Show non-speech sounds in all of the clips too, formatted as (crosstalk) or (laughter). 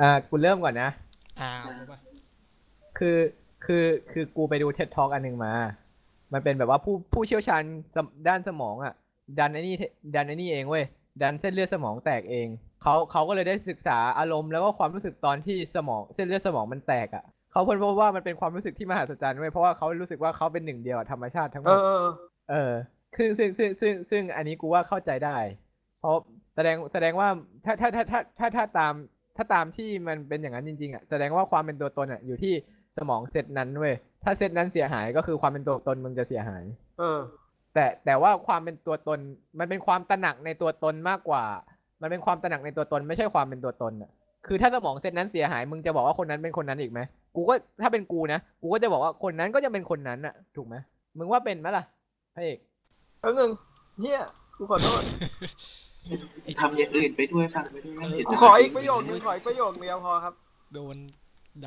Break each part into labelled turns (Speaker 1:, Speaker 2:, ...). Speaker 1: อ่ากูเริ่มก่อนนะ
Speaker 2: อ่ารู้ป่ะ
Speaker 1: คือคือคือกูไปดูเท็ดทอกอันหนึ่งมา มันเป็นแบบว่าผู้ผู้เชี่ยวชาญสมด้านสมองอะ่ะ ดันไอ้นี่ดันไอ้นี่เองเว้ย ดันเส้นเลือดสมองแตกเอง เขาเขาก็เลยได้ศึกษาอารมณ์แล้วก็ความรู้สึกตอนที่สมองเส้นเลือดสมองมันแตกอะ่ะ เขาค้นพบว่ามันเป็นความรู้สึกที่มหัศจรรย์เว้ย เพราะว่าเขารู้สึกว่าเขาเป็นหนึ่งเดียวกับธรรมชาติทั้งหม
Speaker 3: เอ
Speaker 1: ด
Speaker 3: อ
Speaker 1: เออซึ่งซึ่งซึ่งซึ่งซึ่งอันนี้กูว่าเข้าใจได้ เพราะแสดงแสดงว่าถ้าถ้าถ้าถ้าถ้าถ้าตามถ้าตามที่มันเป็นอย่างนั้นจริงๆอ่ะแสดงว่าความเป็นตัวตนอ่ะอยู่ที่สมองเซตนั้นเว้ยถ้าเซตนั้นเสียหายก็คือความเป็นตัวตนมึงจะเสียหาย
Speaker 3: เออ
Speaker 1: แต่แต่ว่าความเป็นตัวตนมันเป็นความตระหนักในตัวตนมากกว่า มันเป็นความตระหนักในตัวตน ไม่ใช่ความเป็นตัวตนอ่ะคือถ้าสมองเซตนั้นเสียหายมึงจะบอกว่าคนนั้นเป็นคนนั้นอีกไหมกูก็ถ้าเป็นกูนะกูก็จะบอกว่าคนนั้นก็จะเป็นคนนั้นอ่ะ ถูกไหมมึงว่าเป็นไหมล่ะพระเอก
Speaker 3: แป๊บนึงเฮียกูขอโทษ
Speaker 4: ทำอย่างอื่นไปด้วยฟังไปด้วยเห็น
Speaker 3: กู
Speaker 4: แต่
Speaker 3: (laughs) ขออีกประโยค (laughs) นึงขออีกประโยคเดียวพอครับ
Speaker 2: โดน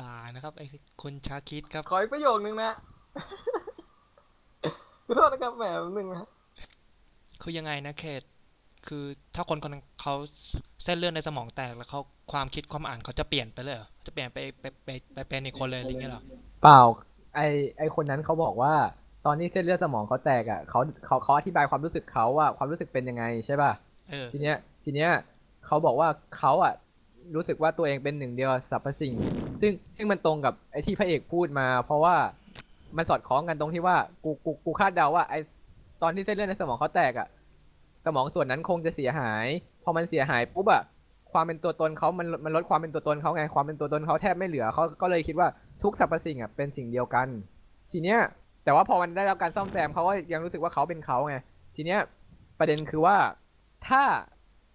Speaker 2: ด่านะครับไอ้คนชาคิดครับ
Speaker 3: ขออีกประโยคนึงนะ (laughs) ขอโทษนะครับแหมแป๊บนึงนะ
Speaker 2: คือยังไงนะเขต คือถ้าคนคนนั้นเขาเส้นเลือดในสมองแตกแล้วเขาความคิดความอ่านเขาจะเปลี่ยนไปเลยเหรอจะเปลี่ยนไปไปไปไปเป็นอีกคนเลยอะไรเงี้ยเหรอ
Speaker 1: เปล่าไอไอคนนั้นเขาบอกว่า ตอนนี้เส้นเลือดสมองเขาแตกอ่ะเขาเขาเขาอธิบายความรู้สึกเขาว่าความรู้สึกเป็นยังไงใช่ป่ะ
Speaker 2: เออ
Speaker 1: ทีเนี้ยทีเนี้ยเขาบอกว่าเขาอ่ะรู้สึกว่าตัวเองเป็นหนึ่งเดียวสรรพสิ่ง ซึ่งซึ่งมันตรงกับไอที่พระเอกพูดมา เพราะว่ามันสอดคล้องกันตรงที่ว่ากูกูกูคาดเดาว่าไอตอนที่เส้นเลือดในสมองเขาแตกอ่ะสมองส่วนนั้นคงจะเสียหาย พอมันเสียหายปุ๊บอ่ะ ความเป็นตัวตนเขามันมันลดความเป็นตัวตนเขาไง ความเป็นตัวตนเขาแทบไม่เหลือเขาก็เลยคิดว่าทุกสรรพสิ่งอ่ะเป็นสิ่งเดียวกัน ทีเนี้ย แต่ว่าพอมันได้รับการซ่อมแซมเขาก็ยังรู้สึกว่าเขาเป็นเขาไง ทีเนี้ยประเด็นคือว่าถ้า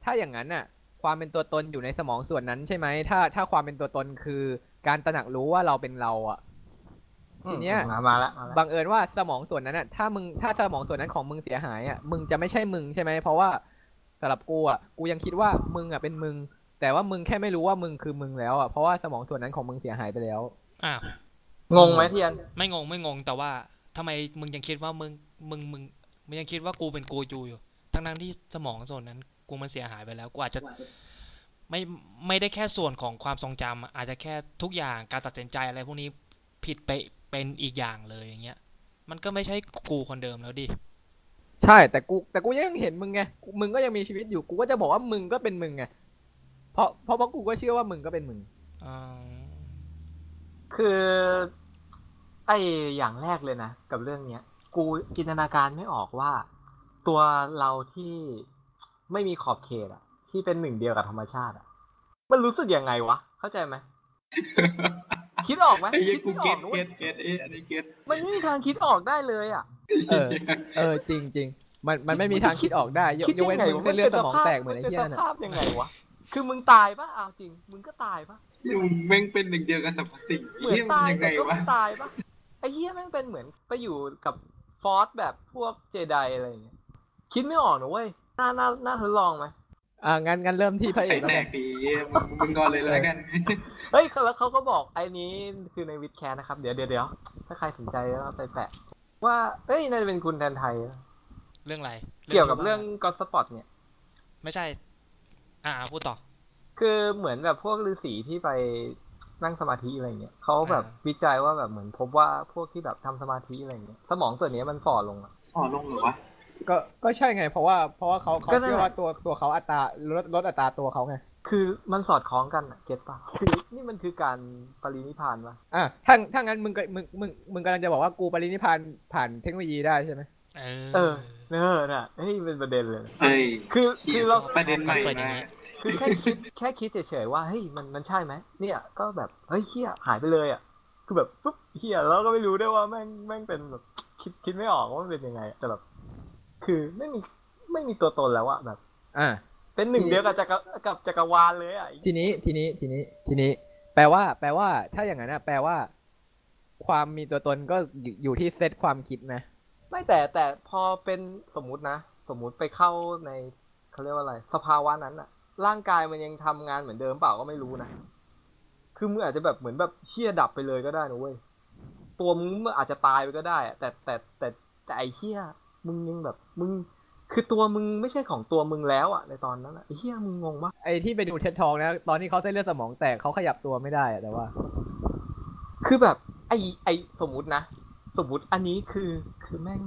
Speaker 1: ถ้าอย่างนั้นน่ะ ความเป็นตัวตนอยู่ในสมองส่วนนั้นใช่ไหมถ้าถ้าความเป็นตัวตนคือการตระหนักรู้ว่าเราเป็นเราอ่ะ ทีเนี้ย
Speaker 3: มามาละมาละ
Speaker 1: บังเอิญว่าสมองส่วนนั้นอ่ะถ้ามึงถ้าสมองส่วนนั้นของมึงเสียหายอ่ะมึงจะไม่ใช่มึงใช่ไหมเพราะว่าสำหรับกูอ่ะกูยังคิดว่ามึงอ่ะเป็นมึง แต่ว่ามึงแค่ไม่รู้ว่ามึงคือมึงแล้วอ่ะเพราะว่าสมองส่วนนั้นของมึงเสียหายไปแล้ว
Speaker 2: อ้าว
Speaker 3: งงไหมเทียน
Speaker 2: ไม่งงไม่งงแต่ว่าทำไมมึงยังคิดว่ามึงมึงมึงมึงยังคิดว่ากูเป็นกูอยู่อยู่ ทั้งนั้นที่สมองส่วนนั้นกูมันเสียหายไปแล้วกูอาจจะไม่ไม่ได้แค่ส่วนของความทรงจำอะอาจจะแค่ทุกอย่างการตัดสินใจอะไรพวกนี้ผิดไปเป็นอีกอย่างเลยอย่างเงี้ย มันก็ไม่ใช่กูคนเดิมแล้วดิ
Speaker 1: ใช่แต่กูแต่กูยังเห็นมึงไงกูมึงก็ยังมีชีวิตอยู่กูก็จะบอกว่ามึงก็เป็นมึงไงเพราะเพราะว่ากูก็เชื่อว่ามึงก็เป็นมึง
Speaker 2: อ่า
Speaker 3: คือ ไออย่างแรกเลยนะ กับเรื่องเนี้ย กูจินตนาการไม่ออกว่า ตัวเราที่ไม่มีขอบเขตอะที่เป็นหนึ่งเดียวกับธรรมชาติอะมันรู้สึกยังไงวะ เข้าใจ
Speaker 4: (laughs)
Speaker 3: ไหม คิดออกไหม
Speaker 4: ไอ้เหี้
Speaker 3: คิ
Speaker 4: ย
Speaker 3: ด
Speaker 4: กู
Speaker 3: ไม่อ
Speaker 4: เก็
Speaker 3: อกนะเว้ย
Speaker 4: ตเก็ตเก็ตเอ้ยอันนี้เก็ต
Speaker 3: มันไม่มีทางคิดออกได้เลยอะ
Speaker 1: เออ เออจริงจริงมันมันไม่มีทางคิดออกได้ยก
Speaker 3: คิด
Speaker 1: ยกเว้น
Speaker 3: ยังไง
Speaker 1: มึง
Speaker 3: วะ
Speaker 1: เส้นเลือดสมองแตกเหมือนไอ้
Speaker 3: ป็
Speaker 1: เหี้ย
Speaker 3: ส
Speaker 1: น่ะ
Speaker 3: ภาพยังไงวะ คือมึงตายปะเอาจริง มึงก็ตายปะ
Speaker 4: นี่มึงแม่งเป็นหนึ่งเดียวกับสรรพสิ่ง
Speaker 3: เหมือน
Speaker 4: เหี้ยมัน
Speaker 3: ตาย
Speaker 4: ยังไง
Speaker 3: แต่ก็
Speaker 4: วะ
Speaker 3: ไม่ตายปะไอ้เหี้ยแม่งเป็นเหมือนไปอยู่กับฟอร์สแบบพวกเจไดอะไรอย่างเงี้ย คิดไม่ออกนะเว้ย น่า น่า น่าทดลองไหม
Speaker 1: อ่างั้นงั้นเริ่มที่พระเอ
Speaker 4: ใส่
Speaker 1: กแล้ว
Speaker 4: แต
Speaker 1: กัน
Speaker 4: กดีมึงมึงก่อนเลยแล้วกัน
Speaker 3: เฮ้ยแล้วเขาก็บอกไอ้นี้คือในวิดแคสนะครับ เดี๋ยวเดี๋ยวเดี๋ยวถ้าใครสนใจก็ไปแปะ ว่า เอ้ยน่าจะเป็นคุณแทนไทย
Speaker 2: เรื่องอะไร
Speaker 3: เกี่ยวกับเรื่องก็สปอตเนี่ย
Speaker 2: ไม่ใช่ อ่าพูดต่อ
Speaker 3: คือเหมือนแบบพวกฤาษีที่ไปนั่งสมาธิอะไรเงี้ยเขาแบบ
Speaker 2: อ่า
Speaker 3: วิจัยว่าแบบเหมือนพบว่าพวกที่แบบทำสมาธิอะไรเงี้ยสมองส่วนเนี้ยมันฝ่อลงอะ
Speaker 4: อ๋อลงเหรอวะ
Speaker 1: ก็ก็ใช่ไง เพราะว่าเพราะว่าเขาเขา
Speaker 3: ก็นั่น
Speaker 1: เชื่อ
Speaker 3: แหละ
Speaker 1: ว่าตัวตัวเขาอัตราลดลดอัตราตัวเขาไง
Speaker 3: คือมันสอดคล้องกันอะเก็ตปะคือนี่มันคือการปรินิพพานปะ
Speaker 1: อ่ะถ้าถ้างั้นมึงก็มึงมึงมึงกำลังจะบอกว่ากูปรินิพพานผ่านเทคโนโลยีได้ใช่ไหม
Speaker 2: เอ
Speaker 3: เออ
Speaker 2: อ
Speaker 3: เนอน่ะเฮ้ยเป็นประเด็นเลย
Speaker 4: เอ้ย
Speaker 3: คือ
Speaker 4: เชี่ย
Speaker 3: คือเรา
Speaker 4: ประเด็นใหม่
Speaker 2: เปิดอย่าม
Speaker 4: าง
Speaker 2: นี้
Speaker 4: ก
Speaker 3: คือแค่คิดแค่คิดเฉยๆว่าเฮ้ยมันมันใช่ไหมเนี่ยก็แบบเฮ้ยเฮียหายไปเลยอะคือแบบปุ๊บเฮียแล้วก็ไม่รู้ด้วยว่าแม่งแม่งเป็นแบบคิดคิดไม่ออกว่ามันเป็นยังไงอะแต่แบบ คือไม่มีไม่มีตัวตนแล้วอะแบบ
Speaker 1: อ่ะ
Speaker 3: เป็นหนึ่งเดียวกับจักรกับจักรวาลเลยอ่ะ
Speaker 1: ทีนี้ทีนี้ทีนี้ทีนี้ แปลว่า แปลว่า ถ้าอย่างนั้นนะแปลว่า ความมีตัวตนก็อยู่อยู่ที่เซตความคิดนะ
Speaker 3: ไม่แต่แต่พอเป็นสมมุตินะ สมมุติไปเข้าในเขาเรียกว่าอะไร สภาวะนั้นอ่ะ ร่างกายมันยังทำงานเหมือนเดิมเปล่าก็ไม่รู้นะ คือมึงอาจจะแบบเหมือนแบบเชี่ยดับไปเลยก็ได้นะเว้ย ตัวมึงอาจจะตายไปก็ได้อะแต่แต่แต่แต่ไอ้เชี่ยมึงยังแบบ มึง คือตัวมึงไม่ใช่ของตัวมึงแล้วอะในตอนนั้นอะไอ้เฮียมึงงงมาก
Speaker 1: ไอ้ที่ไปดูเท็ดทองนะ ตอนที่เขาเส้นเลือดสมองแตกเขาขยับตัวไม่ได้อะแต่ว่า
Speaker 3: คือแบบไอไอสมมุตินะ สมมติอันนี้คือคือแม่ง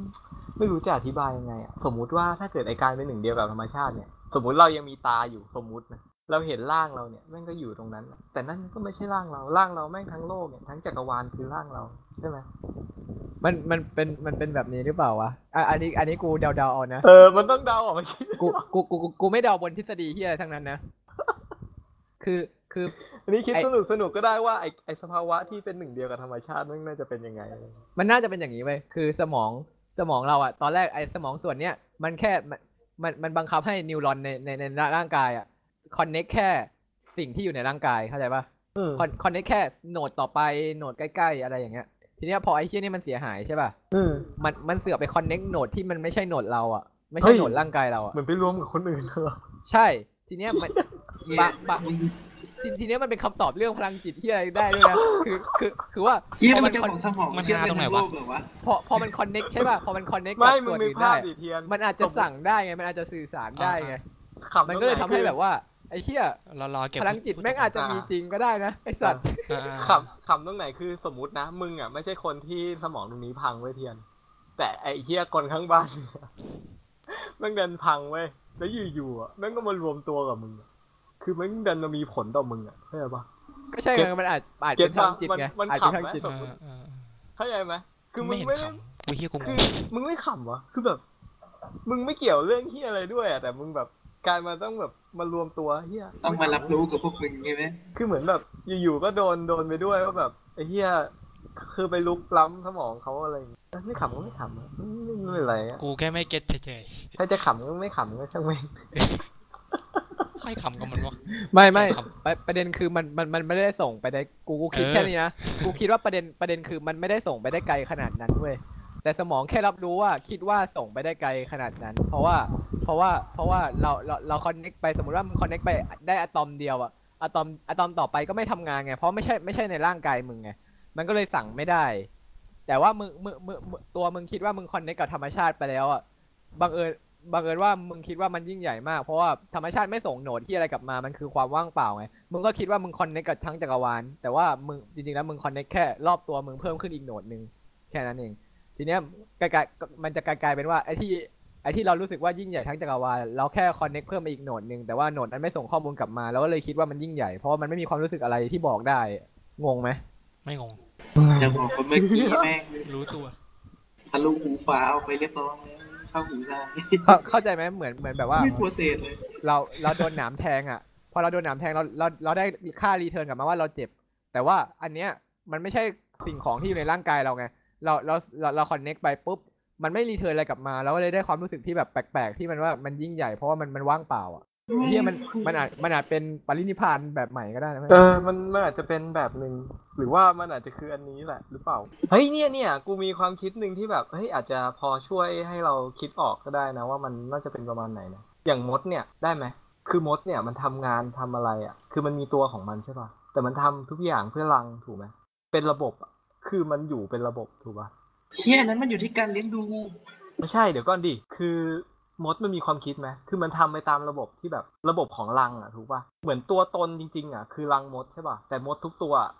Speaker 3: ไม่รู้จะอธิบายยังไงอะสมมุติว่าถ้าเกิดไอการเป็นหนึ่งเดียวแบบธรรมชาติเนี่ย สมมุติเรายังมีตาอยู่สมมุตินะเราเห็นร่างเราเนี่ยแม่งก็อยู่ตรงนั้นอะแต่นั่นก็ไม่ใช่ร่างเราร่างเราแม่งทั้งโลกเนี่ยทั้งจักรวาลคือร่างเราใช่ไหม
Speaker 1: มันมันเป็นมันเป็นแบบนี้หรือเปล่าวะอ่ะอันนี้อันนี้กูเดาๆเอานะ
Speaker 3: เออ มันต้องเดาออกมาคิด
Speaker 1: กูกูกูกูกูไม่เดาบนทฤษฎีที่อะไรทั้งนั้นนะ คือคือ
Speaker 3: อันนี้คิด
Speaker 1: ไอ้
Speaker 3: สนุกสนุกก็ได้ว่าไอไอสภาวะที่เป็นหนึ่งเดียวกับธรรมชาติมันน่าจะเป็นยังไง
Speaker 1: มันน่าจะเป็นอย่างนี้เว้ยคือสมองสมองเราอะตอนแรกไอ้สมองส่วนเนี้ยมันแค่มันมันมันบังคับให้นิวรอนในในในร่างกายอะคอนเน็กแค่สิ่งที่อยู่ในร่างกายเข้าใจปะ
Speaker 3: อืม
Speaker 1: คอนคอนเนคแค่โหนดต่อไปโหนดใกล้ ๆ อะไรอย่างเงี้ย ทีเนี้ยพอไอ้เชี่ยนี่มันเสียหายใช่ป่ะ
Speaker 3: อืม
Speaker 1: มันมันเสือกไปคอนเนคโหนดที่มันไม่ใช่โหนดเราอ่ะ ไม่
Speaker 3: เฮ้
Speaker 1: ใช่
Speaker 3: ย
Speaker 1: โหนดร่างกายเราอ่ะ
Speaker 3: เหมือนไปรวมกับคนอื่นเหรอ
Speaker 1: ใช่ ทีเนี้ย
Speaker 3: (laughs)
Speaker 1: มัน บะบะ ทีทีเนี้ยมันเป็นคำตอบเรื่องพลังจิตที่อะไรได้ด้วยนะคือคือคือว่า
Speaker 4: เยี่ย
Speaker 1: พอ
Speaker 4: มั
Speaker 1: มัน
Speaker 4: จะ
Speaker 1: คอน
Speaker 4: ของสมอง
Speaker 2: มัน
Speaker 4: เชื่อม
Speaker 2: หา
Speaker 4: ไป
Speaker 2: ตรงไหน
Speaker 4: ทั้งโล
Speaker 2: วะ
Speaker 4: กเหรอวะ
Speaker 1: พอพอมันคอนเน็กใช่ป่ะ พอมันคอนเน็กกับ
Speaker 3: ไม่ มึ
Speaker 1: ส่ว
Speaker 3: ง
Speaker 1: น
Speaker 3: มี
Speaker 1: อื่น
Speaker 3: ภา
Speaker 1: ได้
Speaker 3: พ
Speaker 1: อะ
Speaker 3: ดิเทียน
Speaker 1: มันอาจจะสั่งได้ไงมันอาจจะสื่อสารได้ไง
Speaker 3: ขำ
Speaker 1: มันก็เลยทำให้แบบว่าไอ้เชี่ย
Speaker 2: รอรอเก็บ
Speaker 1: พลังจิตแม่งอาจจะมีจริงก็ได้นะไอสัตว์
Speaker 2: อ่าอ่า
Speaker 3: ขำขำตรงไหนคือสมมตินะ มึงอ่ะไม่ใช่คนที่สมองตรงนี้พังเว้ยเทียน แต่ไอเฮียคนข้างบ้าน (laughs) เนี่ยแม่งดันพังเว้ย แล้วอยู่ๆอ่ะแม่งก็มารวมตัวกับมึงอะคือแม่งดันมามีผลต่อมึงอ่ะเข้าใจปะ
Speaker 1: ก็ใช่ไงมันอาจอาจเป็นพลังจิตไง
Speaker 3: มัน
Speaker 1: อาจ
Speaker 3: ขำ
Speaker 1: เป็นพลัง
Speaker 3: ไหม
Speaker 1: จิต
Speaker 2: อ่าอ่า
Speaker 3: เข้าใจไหมคือมึ
Speaker 2: ไม่
Speaker 3: ง
Speaker 2: เห็น
Speaker 3: ไม่
Speaker 2: ขำกู
Speaker 3: ได้
Speaker 2: เฮียกูง
Speaker 3: คื
Speaker 2: ง
Speaker 3: อมึงไม่ขำวะคือแบบ มึงไม่เกี่ยวเรื่องเฮียอะไรด้วยอะแต่มึงแบบการมาต้องแบบมารวมตัวเฮีย
Speaker 4: ต้องมารับรู้กับพวกมึงใช่ไหม
Speaker 3: คือเหมือนแบบอยู่ๆก็โดนโดนไปด้วยว่าแบบไอ้เฮียคือไปลุกล้ำสมองเขาอะไรอย่างเงี้ยเอ้ยไม่ขำก็ไม่ขำอะไม่ไม่เป็นไรอะ
Speaker 2: กูแค่ไม่เก็ตเฉย
Speaker 3: ถ้าจะขำก็ไม่ขำก็ช่างแม่ง
Speaker 2: ๆใครขำกับมันวะ
Speaker 1: ไม่ไม่
Speaker 2: ครับ
Speaker 1: ปะประเด็นคือมันมันมันไม่ได้ส่งไปได้กูกูคิด
Speaker 2: เออ
Speaker 1: แค่นี้นะกูคิดว่าประเด็นประเด็นคือมันไม่ได้ส่งไปได้ไกลขนาดนั้นเว้ยแต่สมองแค่รับรู้ว่าคิดว่าส่งไปได้ไกลขนาดนั้น เพราะว่าเพราะว่าเพราะว่าเราเราเราคอนเน็กไปสมมติว่ามึงคอนเน็กไปได้อะตอมเดียวอะอะตอมอะตอมต่อไปก็ไม่ทำงานไงเพราะไม่ใช่ไม่ใช่ในร่างกายมึงไงมันก็เลยสั่งไม่ได้ แต่ว่ามึงมึงมึงมึงตัวมึงคิดว่ามึงคอนเน็กกับธรรมชาติไปแล้วอะบังเอิญ บังเอิญว่ามึงคิดว่ามันยิ่งใหญ่มาก เพราะว่าธรรมชาติไม่ส่งโหนดที่อะไรกลับมา มันคือความว่างเปล่าไง มึงก็คิดว่ามึงคอนเนคกับทั้งจักรวาล แต่ว่ามึงจริงๆแล้วมึงคอนเนคแค่รอบตัวมึงเพิ่มขึ้นอีกโหนดหนึ่งแค่นั้นเอง ทีเนี้ยกลายๆมันจะกลายๆเป็นว่าไอ้ที่ไอ้ที่เรารู้สึกว่ายิ่งใหญ่ทั้งจักรวาลเราแค่คอนเนคเพิ่มไปอีกโหนดหนึ่งแต่ว่าโหนดนั้นไม่ส่งข้อมูลกลับมาเราก็เลยคิดว่ามันยิ่งใหญ่เพราะว่ามันไม่มีความรู้สึกอะไรที่บอกได้ งงไหม
Speaker 2: ไม่งง
Speaker 4: จะบอกคนเมื่อกี้แม่ง
Speaker 2: รู้ตัว
Speaker 4: ทะลุหูฟ้าเอาไปเรียบร้อยแล้วเข้าหูซ้าย
Speaker 1: เข้าเข้าใจไหมเหมือนเหมือนแบบว่า
Speaker 4: ไม่โปรเซสเลย
Speaker 1: เราเราโดนหนามแทงอ่ะ พอเราโดนหนามแทงเราเราเราได้ค่ารีเทิร์นกลับมาว่าเราเจ็บ แต่ว่าอันเนี้ยมันไม่ใช่สิ่งของที่อยู่ในร่างกายเราไง เราเราเราเราคอนเน็กไปปุ๊บมันไม่รีเทิร์นอะไรกลับมาเราก็เลยได้ความรู้สึกที่แบบแปลกๆที่มันว่ามันยิ่งใหญ่เพราะว่ามันมันว่างเปล่าอ่ะเที่ยมันมันอาจมันอาจเป็นปรินิพพานแบบใหม่ก็ได้นะ
Speaker 3: เออมันมันอาจจะเป็นแบบหนึ่งหรือว่ามันอาจจะคืออันนี้แหละ หรือเปล่าเฮ้ยเนี่ยเนี่ยกูมีความคิดหนึ่งที่แบบเฮ้ยอาจจะพอช่วยให้เราคิดออกก็ได้นะ ว่ามันน่าจะเป็นประมาณไหนนะอย่างมดเนี่ยได้ไหมคือมดเนี่ยมันทำงานทำอะไรอะ่ะ คือมันมีตัวของมันใช่ป่ะแต่มันทำทุกอย่างเพื่อรังถูกไหมเป็นระบบอะคือมันอยู่เป็นระบบถูกป่ะ
Speaker 4: เฮียนั้นมันอยู่ที่การเลี้ยงดู
Speaker 3: ไม่ใช่เดี๋ยวก่อนดิคือมดมันมีความคิดไหมคือมันทำไปตามระบบที่แบบระบบของรังอ่ะถูกป่ะเหมือนตัวตนจริง ๆอ่ะคือรังมดใช่ป่ะแต่มดทุกตัวอะ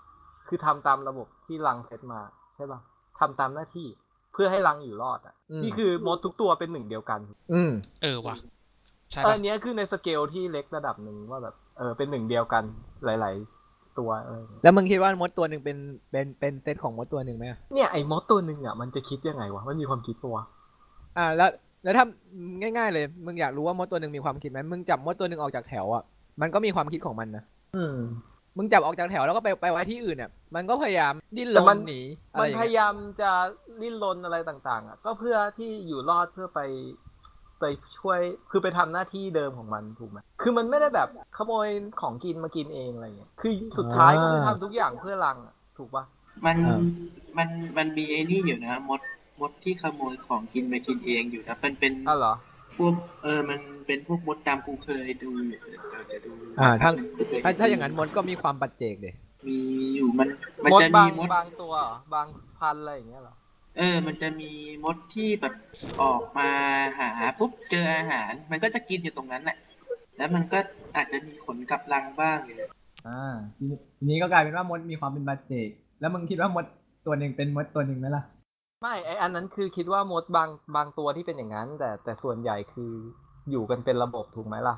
Speaker 3: คือทำตามระบบที่รังเซตมาใช่ป่ะทำตามหน้าที่เพื่อให้รังอยู่รอดอ่ะ นี่คือมดทุกตัวเป็นหนึ่งเดียวกัน
Speaker 1: อืม
Speaker 2: เออว่ะ ใช่
Speaker 3: เออ
Speaker 2: ปะ
Speaker 3: อันเนี้ยคือในสเกลที่เล็กระดับหนึ่งว่าแบบเออเป็นหนึ่งเดียวกันหลาย ๆ ตัวอะไรอย่างเงี้ย
Speaker 1: แล้วมึงคิดว่ามดตัวหนึ่งเป็นเป็นเป็นเซตของมดตัวหนึ่งไหมอะ
Speaker 3: เนี่ยไอ้มดตัวหนึ่งอ่ะมันจะคิดยังไงวะมันมีความคิดตัวะ
Speaker 1: อ่าแล้วแล้วถ้าง่าย ๆ เลยมึงอยากรู้ว่ามดตัวหนึ่งมีความคิดไหมมึงจับมดตัวหนึ่งออกจากแถวอ่ะมันก็มีความคิดของมันนะ
Speaker 3: อืม
Speaker 1: มึงจับออกจากแถวแล้วก็ไปไปไว้ที่อื่นเนี่ยมันก็พยายามดิ้นร
Speaker 3: แต่มัน น
Speaker 1: หนีอะ
Speaker 3: มั
Speaker 1: ไร
Speaker 3: น
Speaker 1: อย่าง
Speaker 3: พ
Speaker 1: เงี้ย
Speaker 3: ยายามจะลิ้นรนอะไรต่าง ๆ อ่ะ ก็เพื่อที่อยู่รอดเพื่อไป ไปช่วยคือไปทำหน้าที่เดิมของมันถูกไหมคือมันไม่ได้แบบขโมยของกินมากินเองอะไรเงี้ยคือสุดท้ายก็คือทำทุกอย่างเพื่อรังอ่ะถูกป่ะ
Speaker 4: มันมันมันมีไอ้นี่อยู่นะ มดมดที่ขโมยของกินไปกินเองอยู่นะมันเป็น
Speaker 3: อ้าวเหรอ
Speaker 4: พวกเออมันเป็นพวกมดดำกูเคยดูอยู่เออเดี๋ยวดู
Speaker 1: อ่าถ้าถ้าถ้าอย่างนั้นมดก็มีความปัจเจกเดย
Speaker 4: มีอยู่มันมัน
Speaker 3: มด
Speaker 4: จะ
Speaker 3: บา
Speaker 4: มี
Speaker 3: ง
Speaker 4: มด
Speaker 3: บางตัวเหรอบางพันธุ์อะไรอย่างเงี้ยเหรอ
Speaker 4: เออ มันจะมีมดที่แบบออกมาหาปุ๊บเจออาหาร มันก็จะกินอยู่ตรงนั้นแหละ แล้วมันก็อาจจะมีขนกลับรังบ้างหรือ
Speaker 1: อ่าทีนี้ทีนี้ก็กลายเป็นว่ามดมีความเป็นบาเจกแล้วมึงคิดว่ามดตัวหนึ่งเป็นมดตัวหนึ่งไหมล่ะ
Speaker 3: ไม่ไออันนั้นคือคิดว่ามดบางบางตัวที่เป็นอย่างนั้น แต่แต่ส่วนใหญ่คืออยู่กันเป็นระบบถูกไหมล่ะ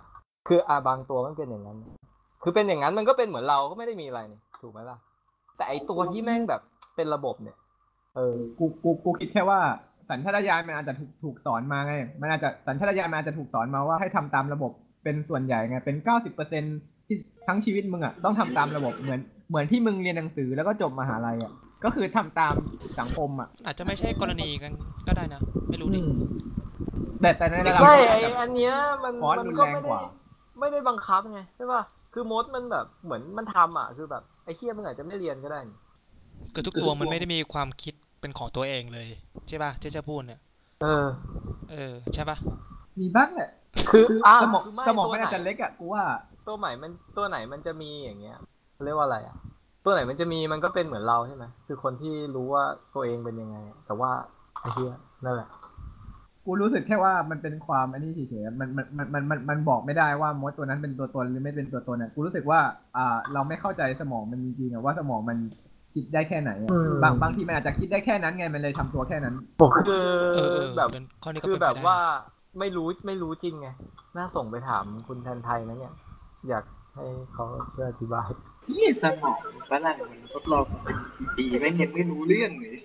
Speaker 3: คืออาบางตัวมันเป็นอย่างนั้น คือเป็นอย่างนั้นมันก็เป็นเหมือนเราก็ไม่ได้มีอะไรนี่ถูกไหมล่ะ แต่ไอตัวที่แม่งแบบเป็นระบบเนี่ย เออ
Speaker 1: กูกูกูคิดแค่ว่าสัญชาตญาณมันอาจจะถูกถูกสอนมาไง มันอาจจะสัญชาตญาณมันอาจจะถูกสอนมาว่าให้ทำตามระบบเป็นส่วนใหญ่ไง เป็นเก้าสิบเปอร์เซ็นที่ทั้งชีวิตมึงอ่ะต้องทำตามระบบเหมือนเหมือนที่มึงเรียนหนังสือแล้วก็จบมหาลัยอ่ะ ก็คือทำตามสังคมอ่ะ
Speaker 2: อาจจะไม่ใช่กรณีกันก็ได้นะ ไม่รู้ดิ
Speaker 1: อืมแต่แต่ในระดับ
Speaker 3: ไม่
Speaker 1: โลก
Speaker 3: ไอ
Speaker 1: อาจจะ
Speaker 3: อันเนี้ยมัน
Speaker 1: ฟอส
Speaker 3: มัน
Speaker 1: รุน
Speaker 3: ก็
Speaker 1: แรง
Speaker 3: ไม่
Speaker 1: ก
Speaker 3: ได้
Speaker 1: ว่า
Speaker 3: ไม่ได้บังคับไงใช่ป่ะคือมดมันแบบเหมือนมันทำอ่ะ คือแบบไอเคียมันอาจจะไม่เรียนก็ได้นี่
Speaker 2: คือทุกตัวมันไม่ได้มีความคิดเป็นของตัวเองเลย ใช่ป่ะที่จะพูดเนี่ย
Speaker 3: เออ
Speaker 2: เออ ใช่ป่ะ
Speaker 1: มีบ้างแหละ
Speaker 3: คืออ่า
Speaker 1: สมอง
Speaker 3: คื
Speaker 1: สมอง
Speaker 3: ตัว
Speaker 1: มัน
Speaker 3: ไห
Speaker 1: อาจจะเล็กอ่ะกูว่า
Speaker 3: ตัวไหนมันตัวไหนมันจะมีอย่างเงี้ยเขาเรียกว่าอะไรอ่ะ ตัวไหนมันจะมีมันก็เป็นเหมือนเราใช่ไหมคือคนที่รู้ว่าตัวเองเป็นยังไงอะแต่ว่าไอเคียนั่นแหละ
Speaker 1: กูรู้สึกแค่ว่ามันเป็นความอันนี้เฉยๆมันมันมันมันมันมันบอกไม่ได้ว่ามดตัวนั้นเป็นตัวตนหรือไม่เป็นตัวตนเนี่ยกูรู้สึกว่า อ่า เราไม่เข้าใจสมองมันจริงๆอะว่าสมองมันคิดได้แค่ไหนอะ
Speaker 3: อืม
Speaker 1: บางบางทีมันอาจจะคิดได้แค่นั้นไงมันเลยทำตัวแค่นั้น
Speaker 3: คือ
Speaker 2: เออเออ
Speaker 3: แบบ
Speaker 2: เดินข้อนี้ก็
Speaker 3: คื
Speaker 2: เป็
Speaker 3: อน
Speaker 2: ไป
Speaker 3: แบ
Speaker 2: ได้
Speaker 3: บ
Speaker 2: นะ
Speaker 3: ว่าไม่รู้ไม่รู้จริงไงน่าส่งไปถามคุณแทนไทยนะเนี่ย อยากให้เขาช่วยอธิบาย
Speaker 4: นี่สมองฝรั่งมันทดลองมาเป็นปีๆแม่งยังไม่รู้เรื่องเลย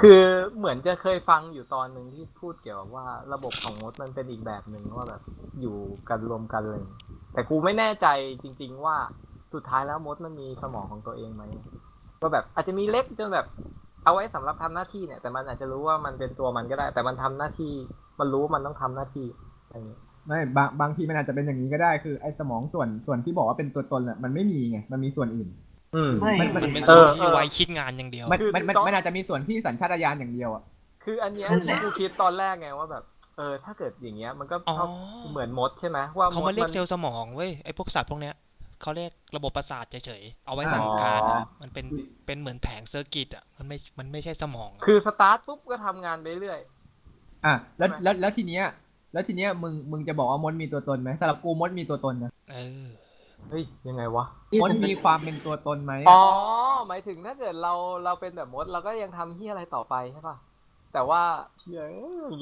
Speaker 3: คือเหมือนจะเคยฟังอยู่ตอนหนึ่งที่พูดเกี่ยวกับว่าระบบของมดมันเป็นอีกแบบหนึ่งว่าแบบอยู่กันรวมกันอะไรอย่างเลยแต่กูไม่แน่ใจจริง ๆ ว่าสุดท้ายแล้วมดมันมีสมองของตัวเองไหมว่าแบบอาจจะมีเล็กจนแบบเอาไว้สำหรับทำหน้าที่เนี่ย แต่มันอาจจะรู้ว่ามันเป็นตัวมันก็ได้ แต่มันทำหน้าที่ มันรู้ว่ามันต้องทำหน้าที่อะไรอย่างเงี้ย
Speaker 1: ไม่บางบางทีมันอาจจะเป็นอย่างนี้ก็ได้คือไอ้สมองส่วนส่วนที่บอกว่าเป็นตัวตนน่ะมันไม่มีไงมันมีส่วนอื่น
Speaker 4: ไม่
Speaker 1: มั
Speaker 2: มัน นเป็น
Speaker 3: เอ
Speaker 2: ส่วน
Speaker 3: อ
Speaker 2: ที่
Speaker 3: เออ
Speaker 2: ไว้คิดงานอย่างเดียว
Speaker 1: มันมันมัน
Speaker 3: คือต้อง
Speaker 1: มันอาจจะมีส่วนที่สัญชาตญาณอย่างเดียวอ่ะ
Speaker 3: คืออันเนี้ย
Speaker 4: นั่นแหละ
Speaker 3: กูคิดตอนแรกไงว่าแบบ เออ ถ้าเกิดอย่างเงี้ย มันก็
Speaker 2: อ๋อ
Speaker 3: เข้าเหมือนมดใช่ไหมว่า
Speaker 2: เขา
Speaker 3: ม
Speaker 2: มา
Speaker 3: ด
Speaker 2: เรีย
Speaker 3: มั
Speaker 2: ก
Speaker 3: น
Speaker 2: เซลล์สมองเว้ยไอ้พวกสัตว์พวกเนี้ยเขาเรียกระบบประสาทเฉยๆเอาไว้สั่งการ
Speaker 3: อ๋อ
Speaker 2: นะมันเป็นเป็นเหมือนแผงเซอร์กิตอ่ะมันไม่มันไม่ใช่สมองอะ
Speaker 3: คือสตาร์ทปุ๊บก็ทำงานไปเรื่อย
Speaker 1: อ่ะแล้ว
Speaker 3: ใช่ไหม
Speaker 1: แล้วแล้วทีเนี้ยแล้วทีเนี้ยมึงมึงจะบอกว่ามดมีตัวตนไหมสำหรับกูมดมีตัวตนนะ
Speaker 2: เออ
Speaker 3: เฮ้ยยังไงวะ
Speaker 1: มดมีความเป็นตัวตนไหม
Speaker 3: อ๋
Speaker 1: อะ
Speaker 3: อ หมายถึงถ้าเกิดเราเราเป็นแบบมดเราก็ยังทำเฮียอะไรต่อไปใช่ป่ะ แต่ว่าเชี่ย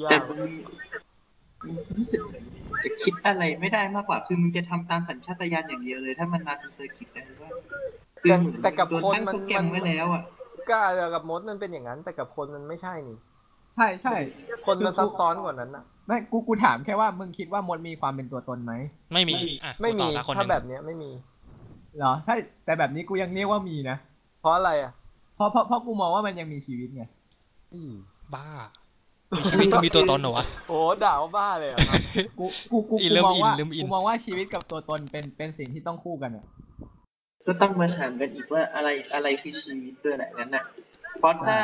Speaker 3: ยา
Speaker 4: แต่
Speaker 3: ก
Speaker 4: มันมันรู้สึกเหมือนจะคิดอะไรไม่ได้มากกว่า คือมึงจะทำตามสัญชาตญาณอย่างเดียวเลย ถ้ามันมาเป็นเซอร์กิตได้ว่าคือเหมือน
Speaker 3: แต่กับ
Speaker 4: โด
Speaker 3: คน
Speaker 4: ตั้ง
Speaker 3: มัน
Speaker 4: โปรแกร
Speaker 3: มั
Speaker 4: มไว้แล้วอ่ะ
Speaker 3: ก็กับมดมันเป็นอย่างนั้น แต่กับคนมันไม่ใช่นี่
Speaker 1: ใช่ใช่
Speaker 3: คนมันซับซ้อนกว่านั้นนะ
Speaker 1: ไม่กูกูถามแค่ว่ามึงคิดว่ามดมีความเป็นตัวตนไหม
Speaker 2: ไม่มีอ่ะ
Speaker 3: ไม่
Speaker 2: กูต
Speaker 3: มี
Speaker 2: อบละคนห
Speaker 3: ถ้า
Speaker 2: นึ่
Speaker 3: แบบ
Speaker 2: ง
Speaker 3: เนี้ยไม่มี
Speaker 1: เหรอถ้าแต่แบบนี้กูยังเรียกว่ามีนะ
Speaker 3: เพราะอะไรอ่ะ
Speaker 1: เพราะเพราะเพราะกูมองว่ามันยังมีชีวิตไง
Speaker 3: อี๋
Speaker 2: บ้ามีชีวิตก็มีตัวตนเหรอวะ
Speaker 3: โอ้ด่าวบ้าเลยอ่ะครับ
Speaker 1: กูกูกู
Speaker 2: อี
Speaker 1: กู
Speaker 2: เริ่ม
Speaker 1: มองว่า
Speaker 2: อินเริ่มอิน
Speaker 1: กูมองว่าชีวิตกับตัวตนเป็นเป็นสิ่งที่ต้องคู่กันอะ
Speaker 4: ก็ต้องมาถามกันอีกว่าอะไรอะไรคือชีวิตด้วยแหละนั้นน่ะ เพราะถ้า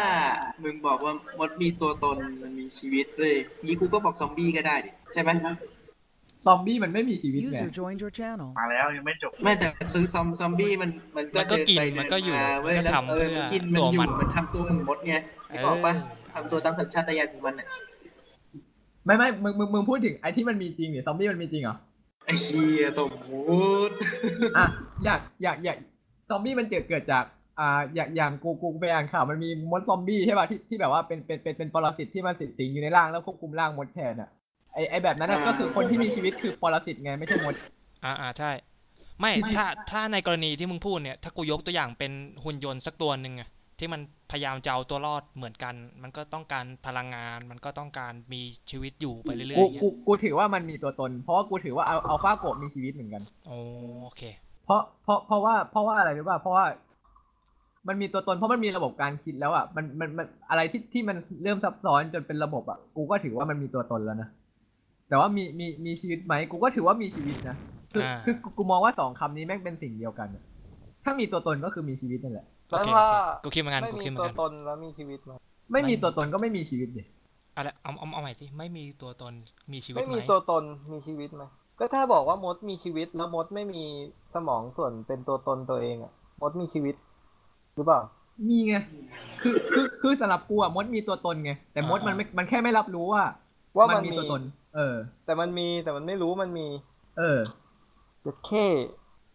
Speaker 4: มึงบอกว่ามดมีตัวตนมันมีชีวิตเลยนี่กูก็บอกซอมบี้ก็ได้ดิใช่ไหม
Speaker 1: ซอมบี้มันไม่มีชีวิตไง
Speaker 5: User joined your channel.
Speaker 6: มาแล้วยังไม่จบ
Speaker 4: ไม่แต่ซื้อซอมซอมบี้มันมันก็
Speaker 2: มันก็
Speaker 4: เดิน
Speaker 2: กิน
Speaker 4: ไปเดิ
Speaker 2: มันก็อยู่
Speaker 4: าเว้ย
Speaker 2: มันก็
Speaker 4: แล้ว
Speaker 2: ทำ
Speaker 4: เออ
Speaker 2: เพื่
Speaker 4: มัน
Speaker 2: อ
Speaker 4: กินมัน
Speaker 2: ตัว
Speaker 4: อ
Speaker 2: มั
Speaker 4: ยู่
Speaker 2: น
Speaker 4: มันทำตัวเหมือนมดไงไม่ออกปะทำตัวตามสัญชาตญาณของมันอ่ะ
Speaker 1: ไม่ไม่มึงมึงมึงพูดถึงไอ้ที่มันมีจริงเนี่ยซอมบี้มันมีจริงเหรอ
Speaker 4: ไอ้เชี่ยสมมติ
Speaker 1: อ่ะอยากอยากอยากซอมบี้มันเกิดเกิดจากอ่าอย่างอย่างกูกูไปอ่านข่าวมันมีมดซอมบี้ใช่ป่ะที่ที่แบบว่าเป็นเป็นเป็นเป็นปรสิตที่มันสิงสิงอยู่ในร่างแล้วควบคุมร่างมดแทนอะไอไอแบบนั้นอะก็คือคนที่มีชีวิตคือปรสิตไงไม่ใช่มด
Speaker 2: อ่าอ่าใช่ ไม่ถ้าถ้าในกรณีที่มึงพูดเนี่ย ถ้ากูยกตัวอย่างเป็นหุ่นยนต์สักตัวหนึ่งอะที่มันพยายามจะเอาตัวรอดเหมือนกัน มันก็ต้องการพลังงาน มันก็ต้องการมีชีวิตอยู่ไปเรื่อยๆอ
Speaker 1: กู
Speaker 2: ย่างเงี้
Speaker 1: กู
Speaker 2: ย
Speaker 1: กูถือว่ามันมีตัวตน เพราะว่ากูถือว่าเอาเอาฟ้าโกะมีชีวิตเหมือนกัน
Speaker 2: โอ้โอเค
Speaker 1: เพราะเพราะเพราะว่าเพราะว่าอะไรรู้ป่ะเพราะว่า มันมีตัวตนเพราะมันมีระบบการคิดแล้วอ่ะมันมันมันอะไรที่ที่มันเริ่มซับซ้อนจนเป็นระบบอ่ะกูก็ถือว่ามันมีตัวตนแล้วนะแต่ว่ามีมีมีชีวิตไหมกูก็ถือว่ามีชีวิตนะคือ
Speaker 2: อ่า
Speaker 1: คือกูกูมองว่าสองคำนี้แม่งเป็นสิ่งเดียวกันอะถ้ามีตัวตนก็คือมีชีวิตนั่นแหละ
Speaker 2: โอเค
Speaker 3: แล้วว่า
Speaker 2: กูคิดเหมือนกัน
Speaker 3: ไม่
Speaker 2: กู
Speaker 3: มี
Speaker 2: คิดเหมือน
Speaker 3: ตัว
Speaker 2: กัน
Speaker 3: ตนแล้วมีชีวิตไหม
Speaker 1: ไม่
Speaker 2: ไม่
Speaker 1: มีตัวตนก็ไม่มีชีวิตดิ
Speaker 2: เอาละเอาเอาเอาใหม่สิไม่มีตัวตนมีชีวิต
Speaker 3: ไม่
Speaker 2: ไหม
Speaker 3: มีตัวตนมีชีวิตไหมก็ถ้าบอกว่ามดมีชีวิตแล้วมดไม่มีสมองส่วนเป็นตัวตนตัวเองอ่ะ มดมีชีวิต หรือเปล่า
Speaker 1: มีไงคือคือคือสำหรับกูอะมดมีตัวตนไงแต่มดมันไม่มันแค่ไม่รับรู้ว่า
Speaker 3: ว่ามัน
Speaker 1: มี
Speaker 3: มี
Speaker 1: ตัวตน เออ
Speaker 3: แต่มันมีแต่มันไม่รู้มันมี
Speaker 1: เออ
Speaker 3: เด็ดเข้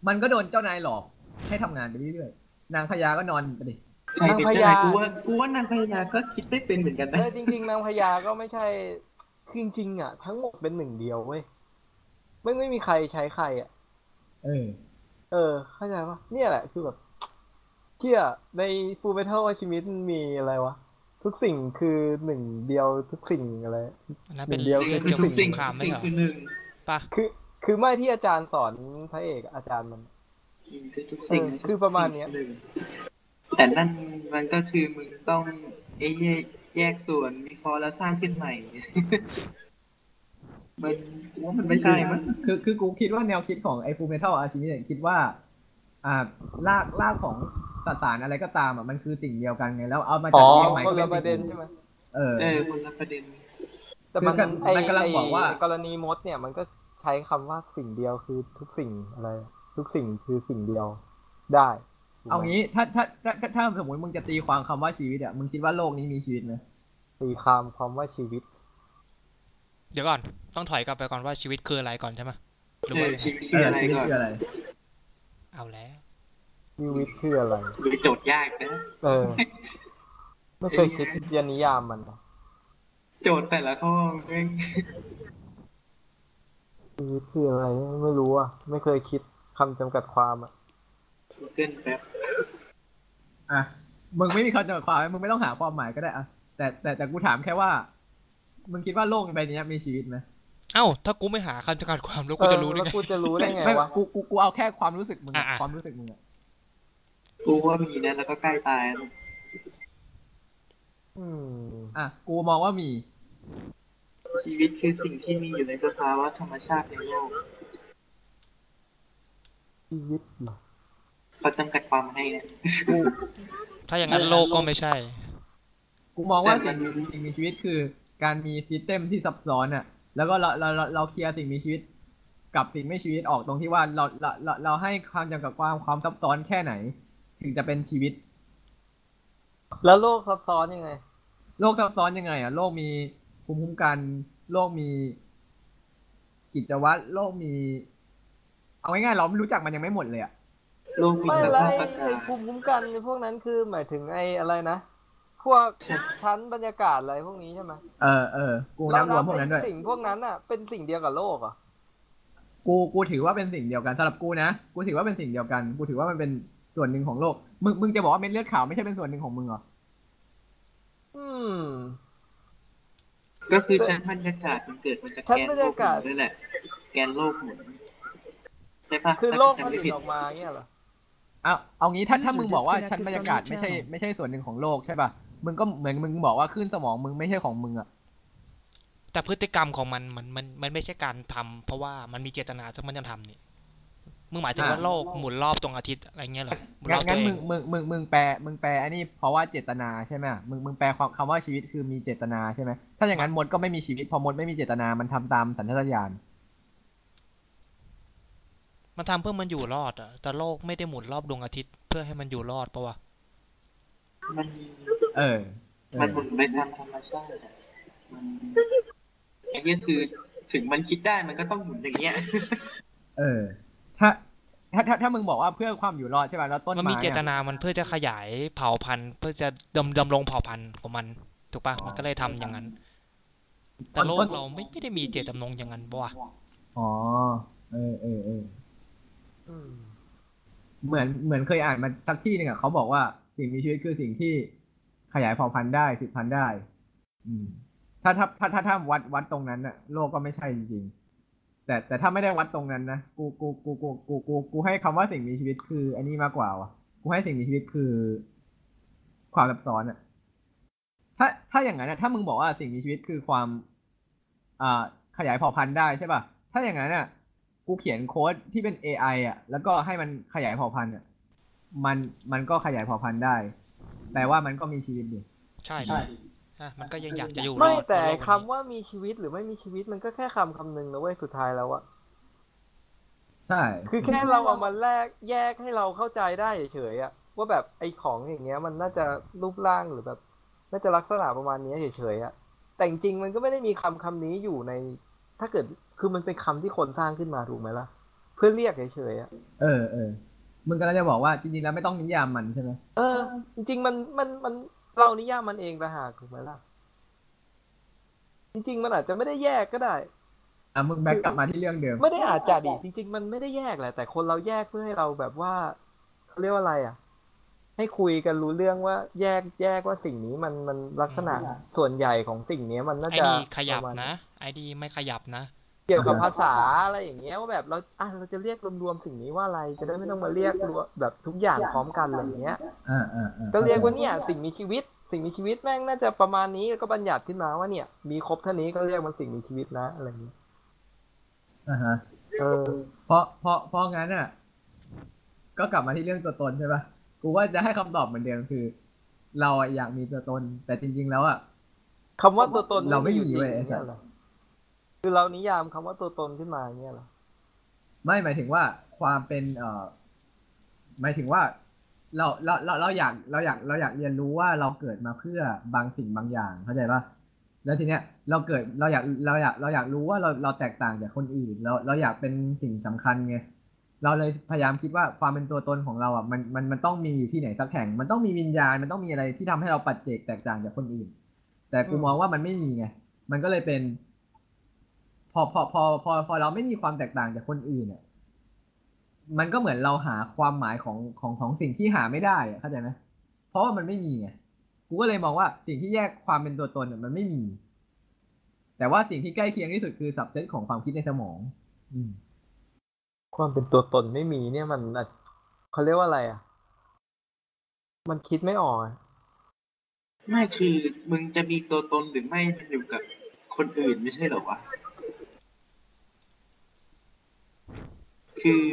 Speaker 1: มันก็โดนเจ้านายหลอกให้ทำงานไปเรื่อยๆนางพญาก็นอนไปดิ
Speaker 4: ใครเป็นเจ้านายกูว่ากูว่านางพญาก็คิดได้เป็นเหมือนกันนะ
Speaker 3: เออจริง ๆ นางพญาก็ไม่ใช่คือจริงๆอ่ะ ทั้งหมดเป็นหนึ่งเดียวเว้ยไม่ไม่มีใครใช้ใครอ่ะ
Speaker 1: เออ
Speaker 3: เออ เข้าใจปะเนี่ยแหละ คือแบบเที่ยในฟูเ m ทัลอาชีวิตมีอะไรวะ ทุกสิ่งคือหนึ่งเดียวทุกสิ่งอะไร
Speaker 2: อันนั้นเป็น
Speaker 3: เดี๋ยว
Speaker 2: เรื่อง
Speaker 4: คือ
Speaker 2: เกี่ยว
Speaker 4: ทุ
Speaker 2: กับ
Speaker 4: ก
Speaker 2: ส
Speaker 4: สิ่ง
Speaker 2: งครามไม่
Speaker 4: สิ่ง
Speaker 2: เหรอ
Speaker 4: คือหนึ่ง
Speaker 2: ปะ
Speaker 3: คือ คือไม่ที่อาจารย์สอนพระเอกอาจารย์มัน
Speaker 4: คือทุกสิ่ง
Speaker 3: เออคือประมาณเนี้ย
Speaker 4: หงแต่นั่นมันก็คือมึงต้องไอ้เนี่ยแยกส่วนวิเคราะห์แล้วสร้างขึ้นใหม่ มันกูว่ามันไม่ใช่มั้ง
Speaker 1: คือคือกูคิดว่าแนวคิดของไอ้ฟูเมทัลอาชีพเนี่ยคิดว่า อ่ารากรากของสสารอะไรก็ตามอ่ะมันคือสิ่งเดียวกันไงแล้วเอามาจัดเรียงใหม่
Speaker 3: คน
Speaker 1: ก็
Speaker 3: ละป
Speaker 1: เป็
Speaker 3: ระ
Speaker 1: น
Speaker 3: เด็
Speaker 1: สิ่
Speaker 3: น
Speaker 1: ง
Speaker 3: ใช่ไหม
Speaker 1: เออ
Speaker 4: เออคนละประเด็น
Speaker 3: แต่มัน
Speaker 1: คือ
Speaker 3: ไอ้
Speaker 1: มันกำลังบอกว่า
Speaker 3: ไกรณีมดเนี่ยมันก็ใช้คำว่าสิ่งเดียวคือทุกสิ่งอะไร ทุกสิ่งคือสิ่งเดียวได้ถูกไหม
Speaker 1: เอางี้ถ้าถ้าถ้าถ้าถ้าสมมติมึงจะตีความคำว่าชีวิตอ่ะมึงคิดว่าโลกนี้มีชีวิตไหม
Speaker 3: ตีความความว่าชีวิต
Speaker 2: เดี๋ยวก่อนต้องถอยกลับไปก่อนว่าชีวิตคืออะไรก่อนใช่ไหมหรือ
Speaker 4: เอ
Speaker 2: ว่า
Speaker 4: อ
Speaker 2: ยังไง
Speaker 4: ชีวิตคืออะไร
Speaker 1: ชีวิต
Speaker 4: ก่อน
Speaker 1: คืออะไร
Speaker 2: เอาแล้ว
Speaker 3: ชีวิตคืออะไร
Speaker 4: หรือโจทย์ยากนะ
Speaker 3: เอ
Speaker 1: (laughs)
Speaker 3: อ ไม่เคยคิดเรียนนิยามมันนะ
Speaker 4: โจทย์แต่ละข้อแม่ง
Speaker 3: ชีวิตคืออะไรไม่รู้อ่ะ ไม่เคยคิดคำจำกัดความอ่ะ
Speaker 4: เกินแป๊บ
Speaker 1: อ่ะมึงไม่มีคำจำกัดความมึงไม่ต้องหาความหมายก็ได้อ่ะแต่แต่แต่กูถามแค่ว่า มึงคิดว่าโลกใบนี้มีชีวิตไหม
Speaker 2: เอ้าถ้ากูไม่หาคำจำกัดความแล้ว
Speaker 3: เอ
Speaker 2: กู
Speaker 3: อ
Speaker 2: จะรู้ได้
Speaker 3: แล้ว
Speaker 2: ไง
Speaker 3: กูจะรู้ได้ไง
Speaker 1: ไม่
Speaker 3: วะ
Speaker 1: กูกูกูเอาแค่ความรู้สึกมึงอะ
Speaker 2: อ่ะอ่ะ
Speaker 1: ความรู้สึกมึงอะ
Speaker 4: กูว่ามีนะแล้วก็ใกล้ตายนะ
Speaker 3: อืม
Speaker 1: อ่ะกูมองว่ามี
Speaker 4: ชีวิตคือสิ่งที่มีอยู่ในสภาวะธรรมชาติในโลก
Speaker 3: ชีวิตเหรอ
Speaker 4: เขาจำกัดความให้เนะ (laughs)
Speaker 1: กู
Speaker 2: ถ้าอย่างนั้นโลกก็ไม่ใช่
Speaker 1: กูมองว่า
Speaker 4: แต่มั
Speaker 1: สิ่ง
Speaker 4: น
Speaker 1: สิ่งมีชีวิตคือ การมีซิสเต็มที่ซับซ้อนอ่ะ แล้วก็เราเราเราเราเคลียร์สิ่งมีชีวิต กับสิ่งไม่ชีวิตออกตรงที่ว่าเราเราเราเราให้ความจำกัดความความซับซ้อนแค่ไหน ถึงจะเป็นชีวิต
Speaker 3: แล้วโลกซับซ้อนยังไง
Speaker 1: โลกซับซ้อนยังไงอ่ะ โลกมีภูมิคุ้มกัน โลกมีกิจวัตร โลกมี เอาง่ายๆเราไม่รู้จักมันยังไม่หมดเลยอ่ะ
Speaker 4: โลกมี
Speaker 3: ไม่
Speaker 4: ส
Speaker 3: ไร
Speaker 4: ภาพอา
Speaker 3: ไอ้
Speaker 4: กาศ
Speaker 3: ภูมิคุ้มกันพวกนั้นคือหมายถึงไอ้อะไรนะ พวก
Speaker 4: ใช่
Speaker 3: ชั้นบรรยากาศอะไรพวกนี้ใช่ไหม
Speaker 1: เออเออ กูนับรวมพวกนั้นด้วย
Speaker 3: เาบไอ้สิ่งพวกนั้นอ่ะ เป็นสิ่งเดียวกับโลกเหรอ่ะ
Speaker 1: กู กูถือว่าเป็นสิ่งเดียวกันสำหรับกูนะ กูถือว่าเป็นสิ่งเดียวกัน กูถือว่ามันเป็นส่วนหนึ่งของโลก มึง มึงจะบอกว่าเม็ดเลือดขาวไม่ใช่เป็นส่วนหนึ่งของมึงเหรอ
Speaker 3: อืม
Speaker 4: ก็คือชั้นบรรยากาศมันเกิดมาจาก
Speaker 3: ชั้น
Speaker 4: แกน
Speaker 3: บรร
Speaker 4: โล
Speaker 3: ยาก
Speaker 4: ห
Speaker 3: กา
Speaker 4: มุ
Speaker 3: ศ
Speaker 4: นด้วยแหละ แกนโลกหมุนใช่ปะ
Speaker 3: คือ
Speaker 4: ถ้า
Speaker 3: โลกผ
Speaker 4: จำไม่
Speaker 3: ลิต
Speaker 4: ผิด
Speaker 3: ออกมาเงี้ยเหรอ
Speaker 1: เอาเอางี้ถ้า
Speaker 5: User
Speaker 1: ถ้ามึงบอกว่า
Speaker 5: disconnected
Speaker 1: ชั้นบรรยากาศ
Speaker 5: from your
Speaker 1: ไม่ใช่
Speaker 5: channel
Speaker 1: ไม่ใช่ส่วนหนึ่งของโลกใช่ป่ะ มึงก็เหมือนมึงบอกว่าคลื่นสมองมึงไม่ใช่ของมึงอ่ะ
Speaker 2: แต่พฤติกรรมของมันมันมันมันไม่ใช่การทำเพราะว่ามันมีเจตนาที่มันจะทำนี่มึงหมายถึงว่า
Speaker 1: อ่า
Speaker 2: โลกหมุนรอบดวงอาทิตย์อะไรเงี้ยเหรอหมุนร
Speaker 1: งั้งั้
Speaker 2: อน บตัวนเอ
Speaker 1: มึ
Speaker 2: ง
Speaker 1: งมึงมึงมึงแปลมึงแปลอันนี้เพราะว่าเจตนาใช่ไหมมึงมึงแปลความคำว่าชีวิตคือมีเจตนาใช่ไหมถ้าอย่างนั้นมดก็ไม่มีชีวิตพอมดไม่มีเจตนามันทำตามสัญชาตญาณ
Speaker 2: มันทำเพื่อมันอยู่รอดอะแต่โลกไม่ได้หมุนรอบดวงอาทิตย์ เพื่อให้มันอยู่รอดปะวะ
Speaker 4: มัน
Speaker 1: เออเอ
Speaker 4: มัน
Speaker 1: อ
Speaker 4: หมุนไปตามธรรมชาติอะมันไอ้เนี่ยคือถึงมันคิดได้มันก็ต้องหมุนอย่างเงี้ย
Speaker 1: เออถ้าถ้าถ้าถ้ามึงบอกว่าเพื่อความอยู่รอดใช่ป่ะแล้วต้น
Speaker 2: มัน
Speaker 1: ไม้
Speaker 2: มีเจต
Speaker 1: อะ
Speaker 2: นามันเพื่อจะขยายเผ่าพันธุ์ เพื่อจะดำดำรงเผ่าพันธุ์ของมันถูกปะมันก็เลยทำอย่างนั้น แต่โลกเราไม่ไม่ได้มีเจตจำนงอย่างนั้นปะวะ
Speaker 1: อ๋อเออเออเออ
Speaker 3: อืม
Speaker 1: เหมือนเหมือนเคยอ่านมาสักที่หนึ่งอ่ะเขาบอกว่าสิ่งมีชีวิตคือสิ่งที่ขยายเผ่าพันธุ์ได้สืบพันธุ์ได้ อืม ถ้าถ้าถ้าถ้าถ้าวัดวัดตรงนั้นน่ะ โลกก็ไม่ใช่จริงๆ แต่แต่ถ้าไม่ได้วัดตรงนั้นนะกูกูกูกูกูกูกูให้คำว่าสิ่งมีชีวิตคือ อันนี้มากกว่าว่ะกูให้สิ่งมีชีวิตคือ ความซับซ้อนอะถ้าถ้าอย่างนั้นนะถ้ามึงบอกว่าสิ่งมีชีวิตคือความอ่าขยายเผ่าพันธุ์ได้ใช่ป่ะถ้าอย่างนั้นน่ะ กูเขียนโค้ดที่เป็น AI อ่ะ แล้วก็ให้มันขยายเผ่าพันธุ์อ่ะมันมันก็ขยายเผ่าพันธุ์ได้แปลว่ามันก็มีชีวิตดิ
Speaker 2: ใช่อ่ะมันก็ยังอยากจะอยู่รอด
Speaker 3: ไม่แต่
Speaker 2: บนโลก
Speaker 3: ไอ้
Speaker 2: อันนี้
Speaker 3: คำว่ามีชีวิตหรือไม่มีชีวิตมันก็แค่คำคำหนึ่งนะเว้ยสุดท้ายแล้วอะ
Speaker 1: ใช่
Speaker 3: คือแค่เราเอามาแลกแยกให้เราเข้าใจได้เฉยๆอะ ว่าแบบไอ้ของอย่างเงี้ย มันน่าจะรูปร่างหรือแบบ น่าจะลักษณะประมาณเนี้ยเฉยๆอะแต่จริงๆมันก็ไม่ได้มีคำคำนี้อยู่ใน ถ้าเกิดคือมันเป็นคำที่คนสร้างขึ้นมาถูกไหมล่ะ เพื่อเรียกเฉยๆอะ
Speaker 1: เออเออมึงกำลังจะบอกว่าจริงๆแล้วไม่ต้องนิยามมันใช่ไหม
Speaker 3: เออจริงๆมันมันมันเรานิยามมันเองต่างหากถูกไหมล่ะ จริง ๆ มันอาจจะไม่ได้แยกก็ได้
Speaker 1: อ่ะมึงแบ็กกลับมาที่เรื่องเดิม
Speaker 3: ไม่ได้อาจจะดิจริง ๆ มันไม่ได้แยกแหละ แต่คนเราแยกเพื่อให้เราแบบว่าเขาเรียกว่าอะไรอ่ะ ให้คุยกันรู้เรื่องว่าแยกแยกว่าสิ่งนี้มันมันลักษณะส่วนใหญ่ของสิ่งเนี้ยมันน่า
Speaker 2: ไอ
Speaker 3: จะ
Speaker 2: ดีขยับ
Speaker 3: ประมาณ
Speaker 2: นะไอดีไม่ขยับนะ
Speaker 3: เกี่ยวกับภาษาอะไรอย่างเงี้ยว่าแบบเราอ่ะเราจะเรียกรวมๆสิ่งนี้ว่าอะไร จะได้ไม่ต้องมาเรียกรวมแบบทุกอย่างพร้อมกันอะไรอย่างเงี้ย
Speaker 1: อ่าอ่าอ่า
Speaker 3: ก็เรียกว่าเนี่ยสิ่งมีชีวิต สิ่งมีชีวิตแม่งน่าจะประมาณนี้แล้วก็บัญญัติขึ้นมาว่าเนี่ย มีครบเท่านี้ก็เรียกมันสิ่งมีชีวิตนะอะไรอย่างเงี้ย
Speaker 1: อ่าฮะ
Speaker 3: เออ
Speaker 1: เพราะเพราะเพราะงั้นอ่ะ ก็กลับมาที่เรื่องตัวตนใช่ปะกูว่าจะให้คำตอบเหมือนเดิมคือ เราอะอยากมีตัวตน แต่จริง ๆ แล้วอ่ะ
Speaker 3: คำว่าตัวตน
Speaker 1: เราไม่มี
Speaker 3: อยู่จ
Speaker 1: เว้
Speaker 3: ริ
Speaker 1: ย
Speaker 3: งเนี่ยเหรอคือเรานิยามคำว่าตัวตนขึ้นมาเนี่ยเหรอ
Speaker 1: ไม่หมายถึงว่าความเป็นเอ่อหมายถึงว่าเราเราเราเราอยากเราอยากเราอยากเรียนรู้ว่าเราเกิดมาเพื่อบางสิ่งบางอย่างเข้าใจปะแล้วทีเนี้ยเราเกิดเราอยากเราอยากเราอยากรู้ว่าเราเราแตกต่างจากคนอื่น เราเราอยากเป็นสิ่งสำคัญไงเราเลยพยายามคิดว่าความเป็นตัวตนของเราอ่ะมันมันมันต้องมีอยู่ที่ไหนสักแห่ง มันต้องมีวิญญาณมันต้องมีอะไรที่ทำให้เราปัดเจกแตกต่างจากคนอื่น แต่กูมองว่ามันไม่มีไง มันก็เลยเป็น พอพอพอพอพอเราไม่มีความแตกต่างจากคนอื่นเนี่ยมันก็เหมือนเราหาความหมายของของของสิ่งที่หาไม่ได้อะเข้าใจไหมเพราะว่ามันไม่มีไงกูก็เลยมองว่าสิ่งที่แยกความเป็นตัวตนเนี่ยมันไม่มี แต่ว่าสิ่งที่ใกล้เคียงที่สุดคือสับเซตของความคิดในสมอง อืม
Speaker 3: ความเป็นตัวตนไม่มีเนี่ยมันอ่ะเขาเรียกว่าอะไรอ่ะ มันคิดไม่ออกอะ
Speaker 4: ไม่คือมึงจะมีตัวตนหรือไม่มันอยู่กับคนอื่นไม่ใช่เหรอวะ คือ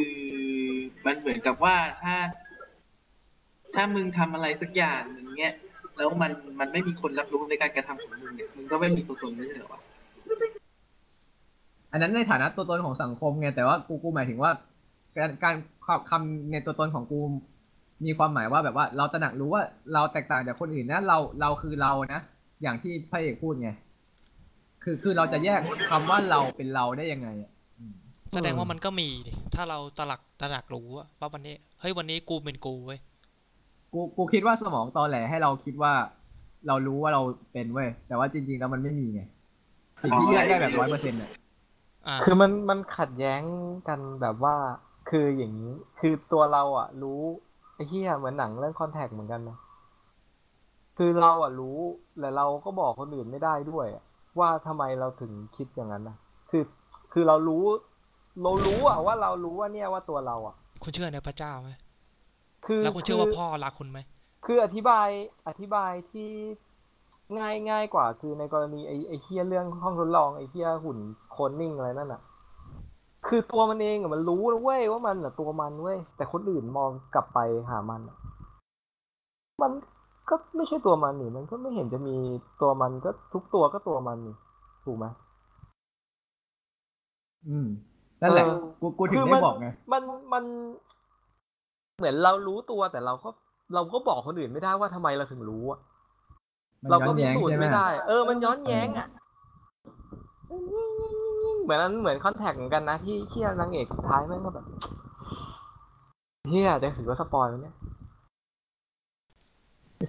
Speaker 4: มันเหมือนกับว่าถ้า ถ้ามึงทำอะไรสักอย่างอย่างเงี้ย แล้วมันมันไม่มีคนรับรู้ในการกระทำของมึงเนี่ยมึงก็ไม่มีตัวตนไม่ใช่เหรอวะ
Speaker 1: อันนั้นในฐานะตัวตนของสังคมไงแต่ว่ากูกูหมายถึงว่า การการคำในตัวตนของกูมีความหมายว่าแบบว่า เราตระหนักรู้ว่าเราแตกต่างจากคนอื่นนะเราเราคือเรานะอย่างที่พระเอกพูดไงคือคือเราจะแยกคำว่าเราเป็นเราได้ยังไงอะอืม
Speaker 2: แสดงว่ามันก็มีดิถ้าเราตระหลักตระหนักรู้อะว่าวันนี้เฮ้ยวันนี้กูเป็นกูเว้ย
Speaker 1: กูกูคิดว่าสมองตอแหลให้เราคิดว่า เรารู้ว่าเราเป็นเว้ยแต่ว่าจริง ๆ แล้วมันไม่มีไงสิ่งที่แยกได้แบบร้อยเปอร์เซ็นต์อ่ะ
Speaker 2: อ่า
Speaker 3: คือมันมันขัดแย้งกันแบบว่า คืออย่างนี้ คือตัวเราอ่ะ รู้ไอ้เหี้ยเหมือนหนังเรื่องคอนแทคเหมือนกันนะ คือเราอ่ะรู้แต่เราก็บอกคนอื่นไม่ได้ด้วยอะว่าทำไมเราถึงคิดอย่างนั้นนะคือคือเรารู้ เรารู้อ่ะว่าเรารู้ว่าเนี่ยว่าตัวเราอ่ะ
Speaker 2: คุณเชื่อในพระเจ้าไหม
Speaker 3: คือ
Speaker 2: แล้วคุณเชื่อว่าพ่อรักคุณไหม
Speaker 3: คืออธิบายอธิบายที่ง่ายง่ายกว่า คือในกรณีไอ้ไอ้เฮียเรื่องห้องทดลองไอ้เฮียหุ่นโคลนนิ่งอะไรนั่นอ่ะ คือตัวมันเองอะมันรู้นะเว้ยว่ามันอะตัวมันเว้ยแต่คนอื่นมองกลับไปหามันอะมันก็ไม่ใช่ตัวมันนี่มันก็ไม่เห็นจะมีตัวมันก็ทุกตัวก็ตัวมันนี่ถูกไหม
Speaker 1: อืมนั่นแหละ
Speaker 3: เออ
Speaker 1: กูกูถึงได้บอกไง
Speaker 3: มันมัน เหมือนเรารู้ตัวแต่เราก็เราก็บอกคนอื่นไม่ได้ว่าทำไมเราถึงรู้อะ
Speaker 1: มัน
Speaker 3: เรา
Speaker 1: ย้อ
Speaker 3: ก็
Speaker 1: น
Speaker 3: พิ
Speaker 1: แย้ง
Speaker 3: สูจ
Speaker 1: ใช่
Speaker 3: น์
Speaker 1: ไหม
Speaker 3: ไม่ได้ เออ มันย้อนแย้งอ่ะ เหมือนนั้นเหมือนคอนแทคเหมือนกันนะที่เที่ยนางเอกสุดท้ายแม่งก็แบบเที่ยจะถือว่าสปอยล์ไหมเนี่ย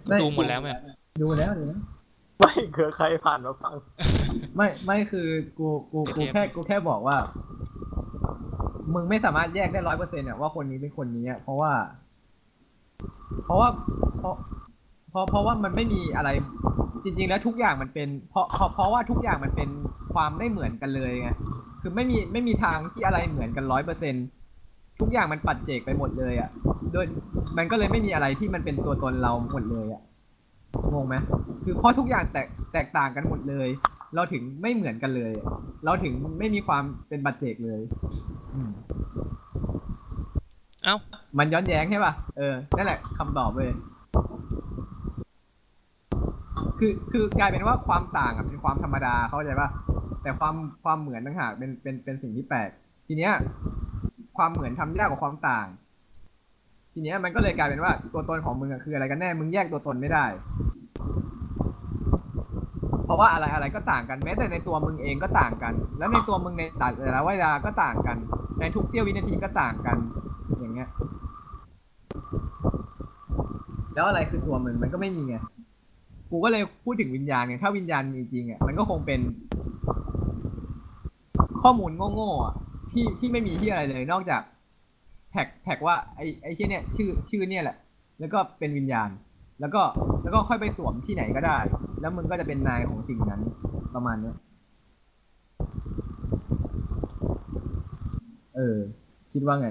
Speaker 1: ไ
Speaker 2: ดูหมดแล้วไหม
Speaker 1: ดูแล้วดูแล้ว
Speaker 3: ไม่เคยใครผ่านมาฟัง
Speaker 1: ไม่ไม่คือกูกูกูแค่กูแค่บอกว่า มึงไม่สามารถแยกได้ร้อยเปอร์เซ็นต์เนี่ยว่าคนนี้เป็นคนนี้อะเพราะว่า เพราะว่าเพราะเพราะเพราะว่ามันไม่มีอะไร จริง ๆ แล้วทุกอย่างมันเป็น เพราะเพราะเพราะว่าทุกอย่างมันเป็นความไม่เหมือนกันเลยไงคือไม่มีไม่มีทางที่อะไรเหมือนกันร้อยเปอร์เซ็นทุกอย่างมันปัดเจกไปหมดเลยอ่ะโดยมันก็เลยไม่มีอะไรที่มันเป็นตัวตนเราหมดเลยอ่ะงงไหมคือเพราะทุกอย่างแตกแตกต่างกันหมดเลย เราถึงไม่เหมือนกันเลย เราถึงไม่มีความเป็นบัตเจกเลย อืม
Speaker 2: เอ้า
Speaker 1: มันย้อนแย้งใช่ป่ะ เออ นั่นแหละคำตอบเลย คือ คือกลายเป็นว่าความต่างอะเป็นความธรรมดา เข้าใจป่ะ แต่ความ ความเหมือนต่างหากเป็น เป็น เป็นสิ่งที่แปลก ทีเนี้ย ความเหมือนทำยากกว่าความต่าง ทีเนี้ยมันก็เลยกลายเป็นว่าตัวตนของมึงอะคืออะไรกันแน่ มึงแยกตัวตนไม่ได้ เพราะว่าอะไรอะไรก็ต่างกันแม้แต่ในตัวมึงเองก็ต่างกัน แล้วในตัวมึงในแต่ละเวลาก็ต่างกัน ในทุกเสี้ยววินาทีก็ต่างกัน อย่างเงี้ย แล้วอะไรคือตัวมึงมันก็ไม่มีไง กูก็เลยพูดถึงวิญญาณไงถ้าวิญญาณมีจริงอ่ะมันก็คงเป็น ข้อมูลโง่ๆอ่ะที่ที่ไม่มีที่อะไรเลย นอกจาก แท็กแท็กว่าไอ้ไอ้ที่เนี่ยชื่อชื่อเนี่ยแหละ แล้วก็เป็นวิญญาณ แล้วก็แล้วก็ค่อยไปสวมที่ไหนก็ได้ แล้วมึงก็จะเป็นนายของสิ่งนั้นประมาณเนี้ยเออ คิดว่าไง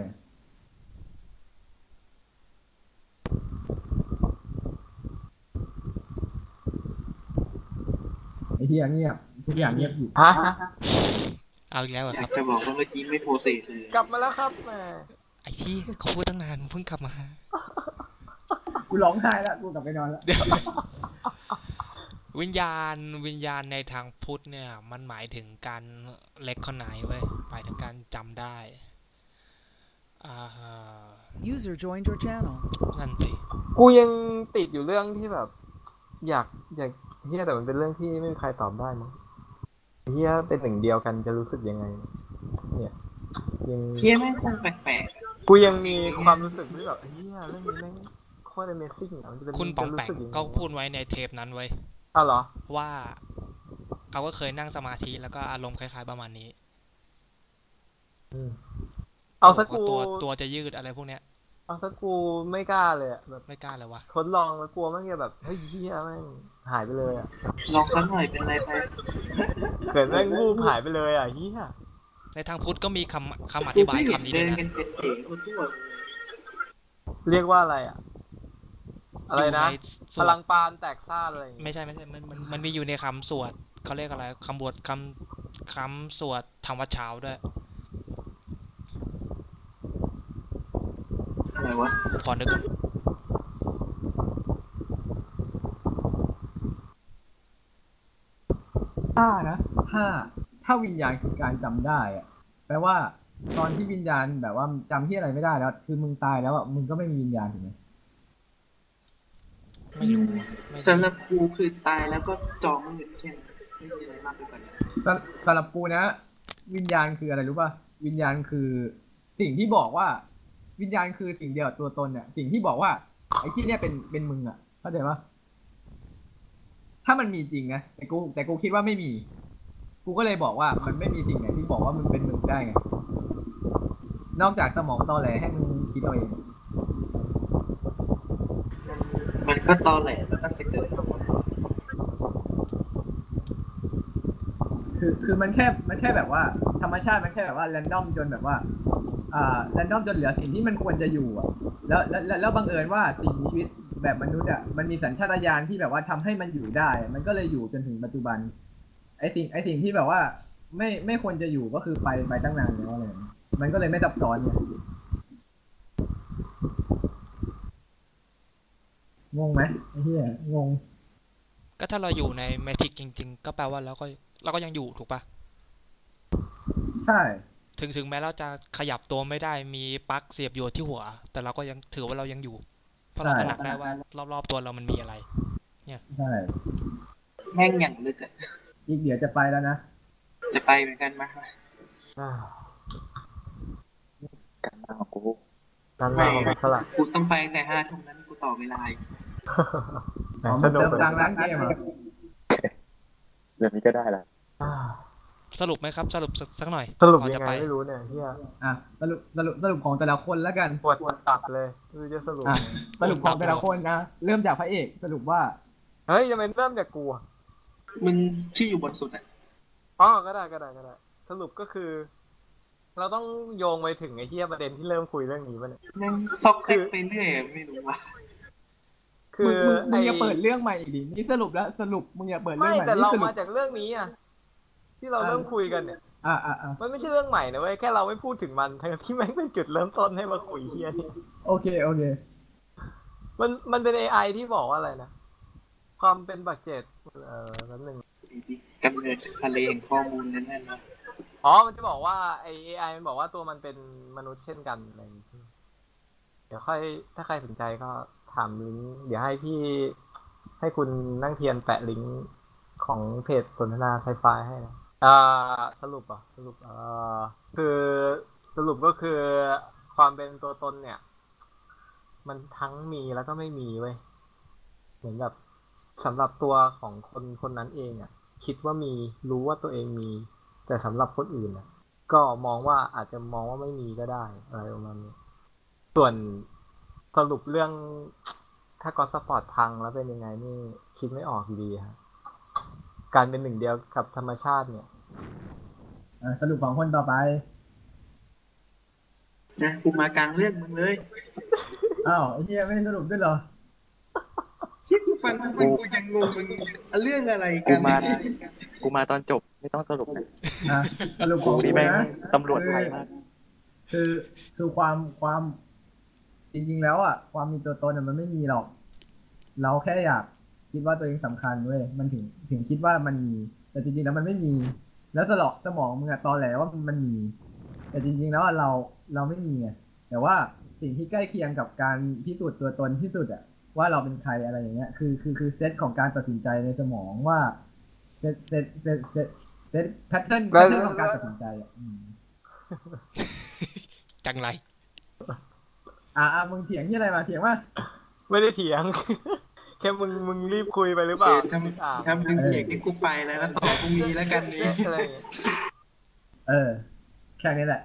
Speaker 1: ไอ้ที่เงียบทุกอย่างเงียบอยู่
Speaker 3: ฮะ
Speaker 2: เอาอีกแล้วเหรอ
Speaker 4: อ
Speaker 2: ค
Speaker 4: ยา
Speaker 2: รั
Speaker 4: ก
Speaker 2: บ
Speaker 4: จะบอกว่าเมื่อกี้ไม่โปรเซสเลย
Speaker 3: กลับมาแล้วครับแหม
Speaker 2: ไอ้ที่เขาพูดตั้งนานมึงเพิ่งกลับมา
Speaker 1: กูร้องไห้แล้วกูกลับไปนอนแล้ว
Speaker 2: วิญญาณวิญญาณในทางพุทธเนี่ย มันหมายถึงการเล็กคนไหนเว้ยหมายถึงการจำได้อ่า
Speaker 5: User joined your channel.
Speaker 2: นั่นสิ
Speaker 3: กูยังติดอยู่เรื่องที่แบบ อยากอยากเฮียแต่มันเป็นเรื่องที่ไม่มีใครตอบได้มั้งเฮียเป็นหนึ่งเดียวกันจะรู้สึกยังไง เนี่ยยัง
Speaker 4: เพี้ยแม่งคงแปลก
Speaker 3: กูยังมีความรู้สึกที่แบบเฮียเรื่องนี้แม่งโคตร Amazing อะมันจะเป็น
Speaker 2: คุณปอง
Speaker 3: จะ
Speaker 2: แป
Speaker 3: รู้
Speaker 2: ง
Speaker 3: สึยัไ
Speaker 2: ก็พูดไว้ในเทปนั้นไว้ย
Speaker 3: อ้าวเหรอ
Speaker 2: ว่าเขาก็เคยนั่งสมาธิแล้วก็อารมณ์คล้ายๆประมาณนี้
Speaker 3: เอาสักกู
Speaker 2: ตัวตัวจะยืดอะไรพวกเนี้ย
Speaker 3: เอาสักกูไม่กล้าเลยอะแบบ
Speaker 2: ไม่กล้าเลยวะ
Speaker 3: ทดลองแล้วกลัวมันจะแบบเฮ้ยเฮียแม่งหายไปเลยอะ
Speaker 4: ๆลองสักหน่อยเป็นไรไป
Speaker 3: เกิดแม่งวูบหายไปเลยอะเฮีย
Speaker 2: ในทางพุทธก็มีคำคำอธิบายคำนี้
Speaker 4: เดิ
Speaker 2: ด้วย
Speaker 4: น
Speaker 2: นะ
Speaker 4: กันเป็นเอ๋คนทั่ว
Speaker 3: เรียกว่าอะไรอ่ะ อะไรนะ
Speaker 2: ยู่ใส
Speaker 3: พ
Speaker 2: วด
Speaker 3: ลังปานแตกซ่านอะไรอย่างเงี้ย
Speaker 2: ไม่ใช่ไม่ใช่มันมันมันมีอยู่ในคำสวดเขาเรียกอะไรคำบวชคำคำสวดทำวัดเช้าด้วย
Speaker 4: อะไรวะ
Speaker 2: ขอนึกก่อน
Speaker 1: ถ้านะ ถ้า ถ้าวิญญาณคือการจำได้อะแปลว่า ตอนที่วิญญาณแบบว่าจำที่อะไรไม่ได้แล้ว คือมึงตายแล้วอะมึงก็ไม่มีวิญญาณถูกไหม
Speaker 2: ไม่รู้อะไม่รู้
Speaker 4: สำหรับกูคือตายแล้วก็จองมืดใช่ไหมไม่มีอะไรมากไปกว่านี้
Speaker 1: สำสำหรับกูนะ วิญญาณคืออะไรรู้ป่ะ วิญญาณคือสิ่งที่บอกว่า วิญญาณคือสิ่งเดียวกับตัวตนเนี่ย สิ่งที่บอกว่า ไอ้ที่เนี่ยเป็น เป็นมึงอะเข้าใจปะถ้ามันมีจริงนะ แต่กู แต่กูคิดว่าไม่มี กูก็เลยบอกว่ามันไม่มีสิ่งไหนที่บอกว่ามันเป็นมึงได้ไง นอกจากสมองตอแหลให้มึงคิดเอาเอง
Speaker 4: มันก็ตอแหลแล้วตั้งแต่เกิดมา
Speaker 1: คือคือมันแค่มันแค่แบบว่า ธรรมชาติมันแค่แบบว่าแรนดอมจนแบบว่า อ่าแรนดอมจนเหลือสิ่งที่มันควรจะอยู่อะแล้วแล้วแล้วแล้วบังเอิญว่าสิ่งมีชีวิตแบบมนุษย์อ่ะมันมีสัญชาตญาณที่แบบว่าทำให้มันอยู่ได้ มันก็เลยอยู่จนถึงปัจจุบัน ไอสิ่งไอสิ่งที่แบบว่า ไม่ไม่ควรจะอยู่ก็คือไปไปตั้งนานแล้วอะไรอย่างเงี้ยมันก็เลยไม่ซับซ้อนไงงงไหมไอ้เหี้ยงง
Speaker 2: ก็ถ้าเราอยู่ในแมทริกจริง ๆ ก็แปลว่าเราก็เราก็ยังอยู่ถูกปะ
Speaker 1: ใช่
Speaker 2: ถึงถึงแม้เราจะขยับตัวไม่ได้มีปลั๊กเสียบอยู่ที่หัว แต่เราก็ยังถือว่าเรายังอยู่ เพราะเรา
Speaker 1: ใช่
Speaker 2: ตระหนักได้ว่ารอบๆตัวเรามันมีอะไร
Speaker 1: ใช่
Speaker 4: แม่งอย่างลึกอะ
Speaker 1: อีกเดี๋ยวจะไปแล้วนะ
Speaker 4: จะไปเหมือนกันมา
Speaker 3: อ่า
Speaker 6: การบ้านของกู
Speaker 3: นั่นเราของสลับ
Speaker 4: กูต้องไปตั้งแต่ห้าทุ่มนั้นกูต่อเวลาอีก
Speaker 3: แหม
Speaker 1: อ๋อ
Speaker 3: ส
Speaker 1: มัน
Speaker 3: นุก
Speaker 1: เติม
Speaker 3: เลย
Speaker 1: ตังค์ร้านเกมเหรอ
Speaker 6: เรื่องนี้ก็ได้ละ
Speaker 3: อ่า
Speaker 2: สรุปไหมครับ สรุปสักสักหน่อย
Speaker 3: สรุป
Speaker 2: ก่อน
Speaker 3: ยั
Speaker 2: จะ
Speaker 3: งไง
Speaker 2: ไป
Speaker 3: ไม่รู้เนี่ยเฮีย
Speaker 1: อ่ะสรุปสรุปสรุปของแต่ละคนแล้วกัน
Speaker 3: ปวดปวดตับเลยไม่รู้จะสรุป
Speaker 1: อ่ะ
Speaker 3: ไง
Speaker 1: สรุปของแต่ละคนนะ เริ่มจากพระเอก สรุปว่า
Speaker 3: เฮ้ยจะเป็นเริ่มจากกูอะ
Speaker 4: มึงที่อยู่บนสุดอะ
Speaker 3: อ๋อก็ได้ก็ได้ก็ได้ สรุปก็คือ เราต้องโยงไปถึงไอ้เฮียประเด็นที่เริ่มคุยเรื่องนี้ป่ะเนี่ย
Speaker 4: แม่งซอกแซกไปเรื่อยอะไม่รู้ว่า
Speaker 3: คื
Speaker 1: มึ
Speaker 3: อง
Speaker 1: มึงมึ
Speaker 3: ไอ้
Speaker 1: งอย่าเปิดเรื่องใหม่อีกดิ นี่สรุปแล้วสรุปมึงอย่าเปิดเรื่องให
Speaker 3: ไม่
Speaker 1: ม่
Speaker 3: แต่
Speaker 1: นี่
Speaker 3: เรา
Speaker 1: สรุ
Speaker 3: มา
Speaker 1: ป
Speaker 3: จากเรื่องนี้อ่ะที่เรา
Speaker 1: อ่า
Speaker 3: เริ่มคุยกันเนี่ย
Speaker 1: อ่ะอ่ะอ่ะ
Speaker 3: มันไม่ใช่เรื่องใหม่นะเว้ยแค่เราไม่พูดถึงมันทั้งที่แม่งเป็นจุดเริ่มต้นให้มาคุยเฮียนี่
Speaker 1: โอเคโอเค
Speaker 3: มันมันเป็น AI ที่บอกว่าอะไรนะ ความเป็นบักเจ็ตเออแป๊บนึง
Speaker 4: กำเนิดทะเลแห่งข้อมูลนั่นแน่นอน
Speaker 3: อ๋อมันจะบอกว่าไอ AI มันบอกว่าตัวมันเป็นมนุษย์เช่นกันอะไรอย่างงี้ เดี๋ยวค่อยถ้าใครสนใจก็ถามลิงก์เดี๋ยวให้พี่ให้คุณนั่งเทียนแปะลิงก์ของเพจสนทนาไซไฟให้นะอ่าสรุปเหรอ่ะสรุปเอ่อคือสรุปก็คือความเป็นตัวตนเนี่ย มันทั้งมีแล้วก็ไม่มีเว้ยเหมือนแบบสำหรับตัวของคนคนนั้นเองอ่ะ คิดว่ามีรู้ว่าตัวเองมี แต่สำหรับคนอื่นอ่ะ ก็มองว่าอาจจะมองว่าไม่มีก็ได้อะไรประมาณนี้ ส่วนสรุปเรื่อง ถ้าก็สปอร์ตพังแล้วเป็นยังไงนี่คิดไม่ออกอยู่ดีฮะการเป็นหนึ่งเดียวกับธรรมชาติเนี่ย
Speaker 1: อ่ะสรุปของคนต่อไป
Speaker 4: นะกูมากลางเรื่องมึงเลย
Speaker 1: อ้าวไอ้เหี้ยไม่ให้สรุปด้วยเหรอ
Speaker 4: ที่กูฟังมึงกูยังงงมึงเรื่องอะไรกัน
Speaker 6: กูมา กูมาตอนจบไม่ต้องสรุปนะ
Speaker 1: อ่ะสรุปข
Speaker 6: กู
Speaker 1: อง
Speaker 6: นี่
Speaker 1: กู
Speaker 6: แม่ง
Speaker 1: นะ
Speaker 6: ตำรวจไทยมาก
Speaker 1: คือคือความความจริงๆแล้วอ่ะ ความมีตัวตนอะมันไม่มีหรอก เราแค่อยากคิดว่าตัวเองสำคัญเว้ยมันถึงถึงคิดว่ามันมี แต่จริงๆแล้วมันไม่มี แล้วสลอกสมองมึงอะตอนแหลว่ามันมี แต่จริงๆแล้วอะเราเราไม่มีไงแต่ว่าสิ่งที่ใกล้เคียงกับการพิสูจน์ตัวตนที่สุดอะว่าเราเป็นใครอะไรอย่างเงี้ยคือคือคือเซตของการตัดสินใจในสมองว่าเซตเซตเซตเซตเซตแพทเทิร์นแพทเทิร์นของการตัดสินใจอะอืม
Speaker 2: จังไร (laughs)
Speaker 1: อ่ามึงเถียงที่อะไรมาเถียงว่า
Speaker 3: ไม่ได้เถียง (laughs) แค่มึงมึงรีบคุยไปหรือเปล่า
Speaker 4: เออถ้ามึง
Speaker 3: อ่า
Speaker 4: ถ้ามึงเถียงนี่กูไปแล้วนะต่อพรุ่งนี้แล้วกันนี้
Speaker 3: อะไรอย่างเงี้ย
Speaker 1: เออ แค่นี้แหละ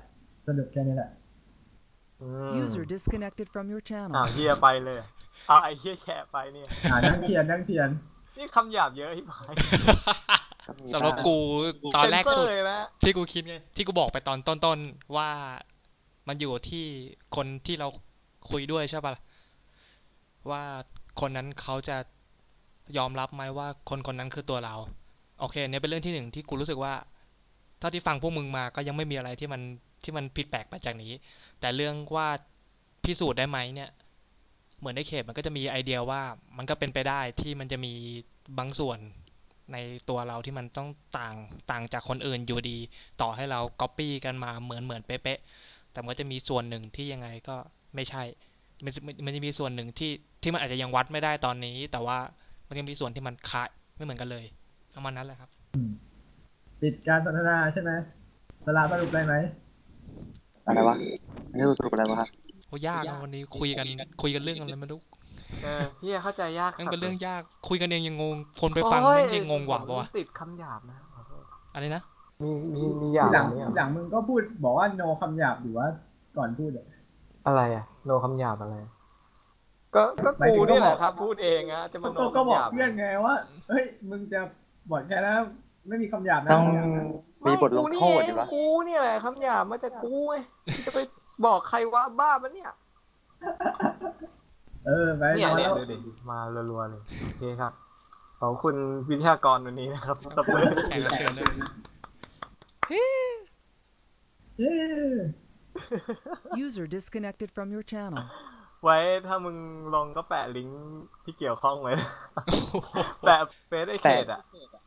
Speaker 1: สรุปแค่นี้แหละ
Speaker 3: อืม
Speaker 5: User disconnected from your channel.
Speaker 3: อ้าวเฮียไปเลยอ้าวไอ้เฮียแฉะไปเนี่ย
Speaker 1: อ่านั่งเทียนนั่งเทียน
Speaker 3: นี่คำหยาบเยอะที่ไป
Speaker 2: สำหรับกูตอนแรก
Speaker 3: เซ็นเซ
Speaker 2: สุ
Speaker 3: อ
Speaker 2: ด
Speaker 3: ร์เลยนะ
Speaker 2: ที่กูคิดไงที่กูบอกไปตอนต้นๆว่ามันอยู่ที่คนที่เราคุยด้วยใช่ปะล่ะว่าคนนั้นเขาจะยอมรับไหมว่าคนคนนั้นคือตัวเรา โอเคเนี่ยเป็นเรื่องที่หนึ่งที่กูรู้สึกว่า เท่าที่ฟังพวกมึงมาก็ยังไม่มีอะไรที่มันที่มันผิดแปลกไปจากนี้ แต่เรื่องว่าพิสูจน์ได้ไหมเนี่ย เหมือนในเขตมันก็จะมีไอเดียว่ามันก็เป็นไปได้ที่มันจะมีบางส่วน ในตัวเราที่มันต้องต่างต่างจากคนอื่นอยู่ดี ต่อให้เราก๊อปปี้กันมาเหมือนเหมือนเป๊ะๆแต่มันก็จะมีส่วนหนึ่งที่ยังไงก็ไม่ใช่มันจะมันมันจะมีส่วนหนึ่งที่ที่มันอาจจะยังวัดไม่ได้ตอนนี้ แต่ว่ามันยังมีส่วนที่มันคล้ายไม่เหมือนกันเลยประมาณนั้นแหละครับ
Speaker 1: ติดการสนทนาใช่ไหมสลาสรุปได้ไหม
Speaker 6: อะไรวะไม่รู้สรุปอะไรวะครับ
Speaker 2: โอ้ยากนะวันนี้คุยกันคุยกันเรื่องอะไรไม่รู้
Speaker 3: เออเฮียเข้าใจยาก
Speaker 2: นั่นเป็นเรื่องยากคุยกันเองยังงงคนไปฟัง
Speaker 3: โอ้
Speaker 2: แม่งยังงงกว่าปะวะ
Speaker 3: ติดคำหยาบนะขอโทษ
Speaker 2: อะไรนะ
Speaker 3: มีมีมีหยาบ
Speaker 1: ทีหลัง
Speaker 3: เนี่ย
Speaker 1: ทีหลังมึงก็พูดบอกว่า โนคำหยาบหรือว่าก่อนพูดอะ
Speaker 3: อะไรอะโนคำหยาบอะไร ก็ก็
Speaker 1: หมายถึ
Speaker 3: กู
Speaker 1: ง
Speaker 3: นี่แห
Speaker 1: ก็บ
Speaker 3: ละ
Speaker 1: อก
Speaker 3: ครับ พูดเองอะจะมา
Speaker 1: ก็ก็
Speaker 3: โน
Speaker 1: ก็
Speaker 3: คำ
Speaker 1: บ
Speaker 3: ห
Speaker 1: อก
Speaker 3: ยาบ
Speaker 1: เพื่อนไงว่า เฮ้ย มึงจะบอกแค่นะไม่มีคำหยาบนะ
Speaker 6: ต้อง
Speaker 1: คำหยาบนะ
Speaker 6: มีบทลงโทษดีวะ
Speaker 3: ไม่กูนี่เองกูเนี่ยแหละคำหยาบมาจากกูไงจะไปบอกใครว่าบ้าปะเนี่ย
Speaker 1: เออ ไป
Speaker 3: เนี่ย
Speaker 1: นอน
Speaker 3: เนี่ย
Speaker 1: แล้ว
Speaker 3: เดี๋ยวๆมารัวๆเลยโอเคครับขอบคุณวิทยากรวันนี้นะครับตบมือ
Speaker 2: แขกรับเชิญเลย
Speaker 1: เอ้ย
Speaker 5: User disconnected from your channel.
Speaker 3: ไว้ถ้ามึงลงก็แปะลิงก์ที่เกี่ยวข้องไว้นะแปะเฟซไอเขตอะ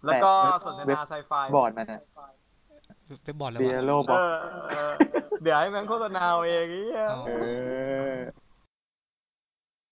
Speaker 3: แล้วก็สนทนาไซไฟ
Speaker 6: บอร์ดมันอะ
Speaker 2: ไปบอร์ดเลย
Speaker 6: เบี
Speaker 2: วะ
Speaker 6: ยโลบ
Speaker 3: เอ
Speaker 6: อร์ด
Speaker 3: อเออเออเดี๋ยวให้แม่งโฆษณาเอาเองไอ้เหี้ย
Speaker 2: เอา
Speaker 6: เออ